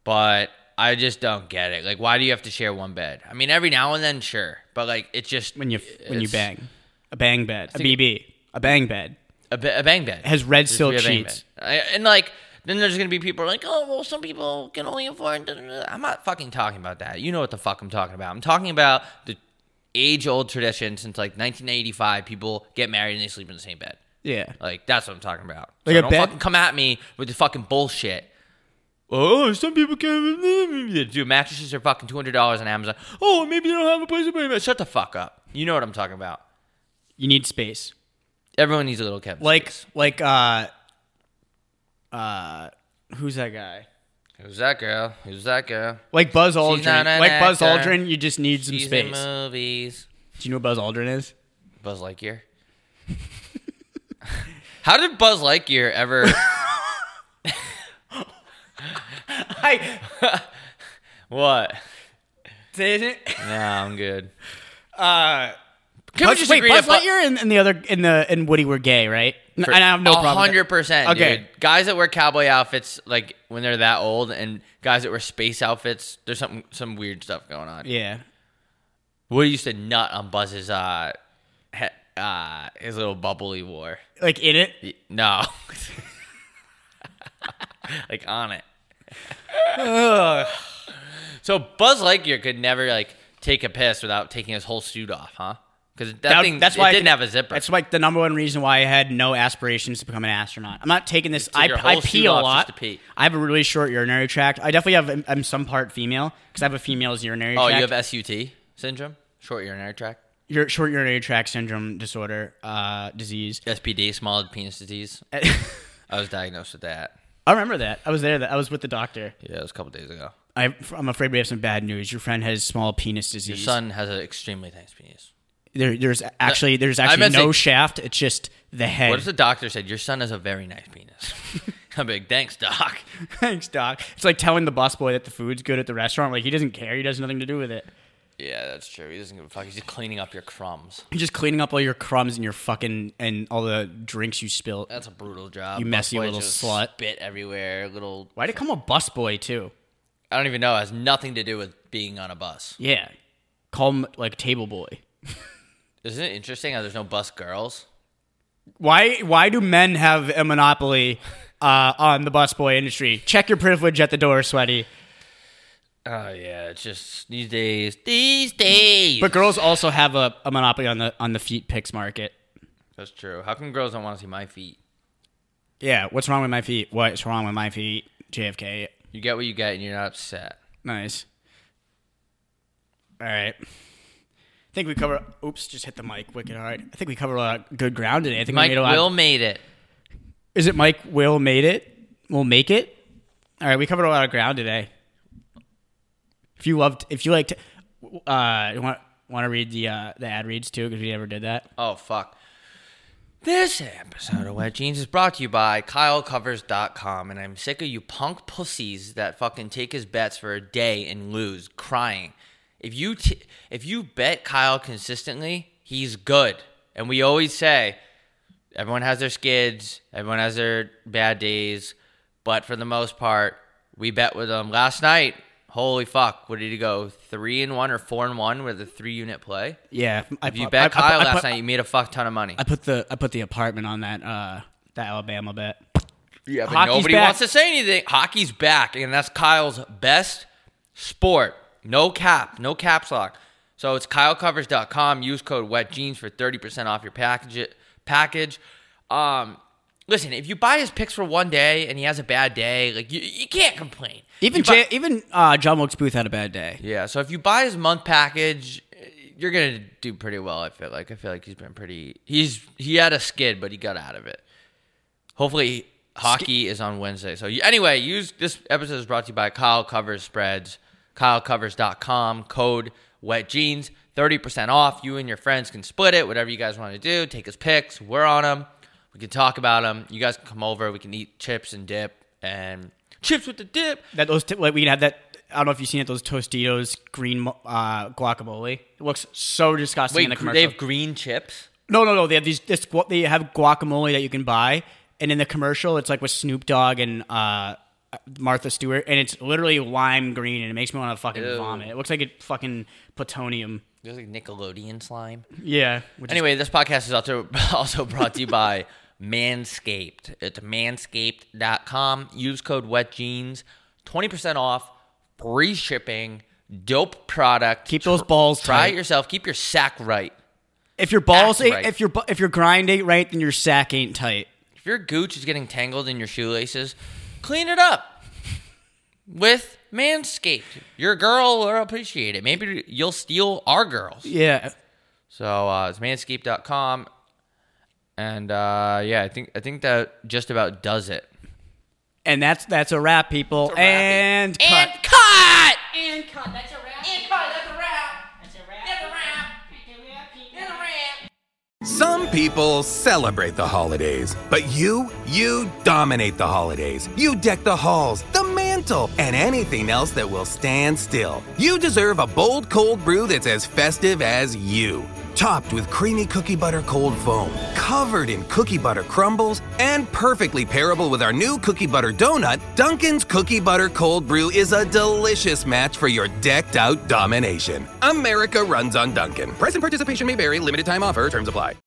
Speaker 3: But I just don't get it. Like, why do you have to share one bed? I mean, every now and then, sure. But like, it's just
Speaker 4: when you when you
Speaker 3: it's
Speaker 4: bang, a bang bed, a BB, a bang bed.
Speaker 3: a, ba- a bang bed.
Speaker 4: It has red
Speaker 3: Just
Speaker 4: silk
Speaker 3: be a bang
Speaker 4: sheets.
Speaker 3: bed. I- And like, then there's gonna be people like, oh, well, some people can only afford. da- da- da." I'm not fucking talking about that. You know what the fuck I'm talking about. I'm talking about the age old tradition since like 1985. People get married and they sleep in the same bed.
Speaker 4: Yeah.
Speaker 3: Like that's what I'm talking about.
Speaker 4: Like
Speaker 3: so
Speaker 4: a
Speaker 3: don't
Speaker 4: bed-
Speaker 3: fucking come at me with the fucking bullshit. Oh, some people can't. Dude, mattresses are fucking two hundred dollars on Amazon. Oh, maybe they don't have a place to put it. Shut the fuck up. You know what I'm talking about.
Speaker 4: You need space.
Speaker 3: Everyone needs a little Kevin.
Speaker 4: Like
Speaker 3: space.
Speaker 4: like uh uh who's that guy?
Speaker 3: who's that girl? Who's that girl?
Speaker 4: Like Buzz
Speaker 3: not
Speaker 4: Aldrin.
Speaker 3: an
Speaker 4: Like Buzz
Speaker 3: actor.
Speaker 4: Aldrin, you just need some
Speaker 3: She's
Speaker 4: space.
Speaker 3: in
Speaker 4: Do
Speaker 3: movies.
Speaker 4: you know what Buzz Aldrin is?
Speaker 3: Buzz Lightyear. How did Buzz Lightyear ever?
Speaker 4: I
Speaker 3: what?
Speaker 4: isn't
Speaker 3: Nah, I'm good.
Speaker 4: uh
Speaker 3: Can
Speaker 4: Buzz, wait, Buzz
Speaker 3: that Bu-
Speaker 4: Lightyear and, and the other and the and Woody were gay, right? N- and I have no problem. with that.
Speaker 3: hundred percent.
Speaker 4: Okay.
Speaker 3: dude. guys that wear cowboy outfits like when they're that old, and guys that wear space outfits, there's something some weird stuff going on.
Speaker 4: Yeah.
Speaker 3: Woody used to nut on Buzz's uh, he, uh his little bubble he wore.
Speaker 4: Like in it.
Speaker 3: Y- No, like on it. so Buzz Lightyear could never like take a piss without taking his whole suit off, huh? Because that,
Speaker 4: That-
Speaker 3: thing
Speaker 4: that's
Speaker 3: that's
Speaker 4: why I
Speaker 3: why it didn't
Speaker 4: think-
Speaker 3: have a zipper.
Speaker 4: That's like the number one reason why I had no aspirations to become an astronaut. I'm not taking this. I,
Speaker 3: your
Speaker 4: I
Speaker 3: whole
Speaker 4: pee
Speaker 3: suit
Speaker 4: a
Speaker 3: off
Speaker 4: lot.
Speaker 3: just to pee.
Speaker 4: I have a really short urinary tract. I definitely have. I'm some part female because I have a female's urinary.
Speaker 3: oh,
Speaker 4: tract.
Speaker 3: you have SUT syndrome, short urinary tract.
Speaker 4: Your short urinary tract syndrome disorder uh, disease.
Speaker 3: SPD, small penis disease. I was diagnosed with that.
Speaker 4: I remember that. I was there. That I was with the doctor.
Speaker 3: Yeah, it was a couple days ago.
Speaker 4: I, I'm afraid we have some bad news. Your friend has small penis disease.
Speaker 3: Your son has an extremely tiny penis.
Speaker 4: There, there's actually there's actually
Speaker 3: meant
Speaker 4: no
Speaker 3: to-
Speaker 4: shaft. It's just the head.
Speaker 3: What if the doctor said your son has a very nice penis? I'm like, thanks, doc.
Speaker 4: Thanks, doc. It's like telling the busboy that the food's good at the restaurant. Like he doesn't care. He has nothing to do with it.
Speaker 3: Yeah, that's true. He doesn't give a fuck. He's just cleaning up your crumbs.
Speaker 4: You're just cleaning up all your crumbs and your fucking and all the drinks you spilled.
Speaker 3: That's a brutal job.
Speaker 4: You messy
Speaker 3: Busboy
Speaker 4: little
Speaker 3: just
Speaker 4: slut.
Speaker 3: Spit everywhere. Little.
Speaker 4: Why'd it come a busboy too?
Speaker 3: I don't even know. It has nothing to do with being on a bus.
Speaker 4: Yeah, call him like table boy.
Speaker 3: Isn't it interesting how there's no bus girls?
Speaker 4: Why? Why do men have a monopoly uh, on the busboy industry? Check your privilege at the door, sweaty.
Speaker 3: Oh yeah, it's just these days. These days.
Speaker 4: But girls also have a, a monopoly on the on the feet picks market.
Speaker 3: that's true. How come girls don't want to see my feet?
Speaker 4: Yeah, what's wrong with my feet? What's wrong with my feet? JFK.
Speaker 3: You get what you get, and you're not upset.
Speaker 4: Nice. All right. I think we cover. Oops, just hit the mic wicked hard. I think we covered a lot of good ground today. I think
Speaker 3: Mike
Speaker 4: we made a lot.
Speaker 3: Will made it.
Speaker 4: is it Mike Will made it? Will make it? All right, we covered a lot of ground today. If you loved, if you liked, uh, you want want to read the uh, the ad reads too because we never did that.
Speaker 3: Oh fuck. This episode of Wet Jeans is brought to you by KyleCovers.com, and I'm sick of you punk pussies that fucking take his bets for a day and lose, crying. If you t- if you bet Kyle consistently, he's good, and we always say everyone has their skids, everyone has their bad days, but for the most part, we bet with them. Last night, holy fuck, what did he go three and one or four and one with a three unit play?
Speaker 4: Yeah, I,
Speaker 3: If you
Speaker 4: put-
Speaker 3: bet
Speaker 4: I- I put-
Speaker 3: Kyle
Speaker 4: I
Speaker 3: last
Speaker 4: put-
Speaker 3: night, you made a fuck ton of money.
Speaker 4: I put the I put the apartment on that uh that Alabama bet.
Speaker 3: Yeah, but
Speaker 4: Hockey's
Speaker 3: nobody
Speaker 4: back.
Speaker 3: wants to say anything. Hockey's back, and that's Kyle's best sport. No cap, no caps lock. So it's kylecovers.com. Use code WetJeans for 30% off your package. package. Um, listen, if you buy his picks for one day and he has a bad day, like you, you can't complain.
Speaker 4: Even
Speaker 3: You buy-
Speaker 4: J- even uh, John Wilkes Booth had a bad day.
Speaker 3: yeah, so if you buy his month package, you're gonna do pretty well. I feel like I feel like he's been pretty. He's he had a skid, but he got out of it. Hopefully, hockey is on Wednesday. So you- anyway, use this episode is brought to you by Kyle Covers Spreads, KyleCovers.com. Code Wet Jeans, thirty percent off. You and your friends can split it, whatever you guys want to do. Take his picks. We're on them. We can talk about them. You guys can come over. We can eat chips and dip and chips with the dip.
Speaker 4: That those t- like, we had that. I don't know if you've seen it. Those Tostitos green mo- uh, guacamole. It looks so disgusting in the
Speaker 3: Wait, they
Speaker 4: commercial.
Speaker 3: have green chips.
Speaker 4: No, no, no. They have these. This, gu- they have guacamole that you can buy, and in the commercial, it's like with Snoop Dogg and uh, Martha Stewart, and it's literally lime green, and it makes me want to fucking
Speaker 3: Ew.
Speaker 4: vomit. It looks like it fucking plutonium.
Speaker 3: There's like Nickelodeon slime.
Speaker 4: Yeah. Which
Speaker 3: Anyway, this podcast is also also brought to you by Manscaped. It's manscaped.com. Use code WetJeans, 20% off, free shipping. Dope product.
Speaker 4: Keep those balls
Speaker 3: Try it
Speaker 4: tight.
Speaker 3: yourself. Keep your sack right.
Speaker 4: If your balls,
Speaker 3: Act
Speaker 4: ain't,
Speaker 3: right.
Speaker 4: if your bu- if your grind ain't right, then your sack ain't tight.
Speaker 3: If your gooch is getting tangled in your shoelaces, clean it up with Manscaped. Your girl will appreciate it. Maybe you'll steal our girls.
Speaker 4: Yeah.
Speaker 3: So uh, it's manscaped.com. And uh, yeah, I think I think that just about does it.
Speaker 4: And that's that's a wrap, people.
Speaker 3: wrap.
Speaker 4: and cut.
Speaker 3: And cut!
Speaker 6: And cut. That's a wrap. And cut. That's a wrap. That's a wrap. That's a wrap. That's a wrap. That's a wrap.
Speaker 7: Some people celebrate the holidays, but you, you dominate the holidays. You deck the halls, the mantle, and anything else that will stand still. You deserve a bold cold brew that's as festive as you. Topped with creamy cookie butter cold foam, covered in cookie butter crumbles, and perfectly pairable with our new cookie butter donut, Dunkin's Cookie Butter Cold Brew is a delicious match for your decked out domination. America runs on Dunkin'. Present participation may vary, limited time offer, terms apply.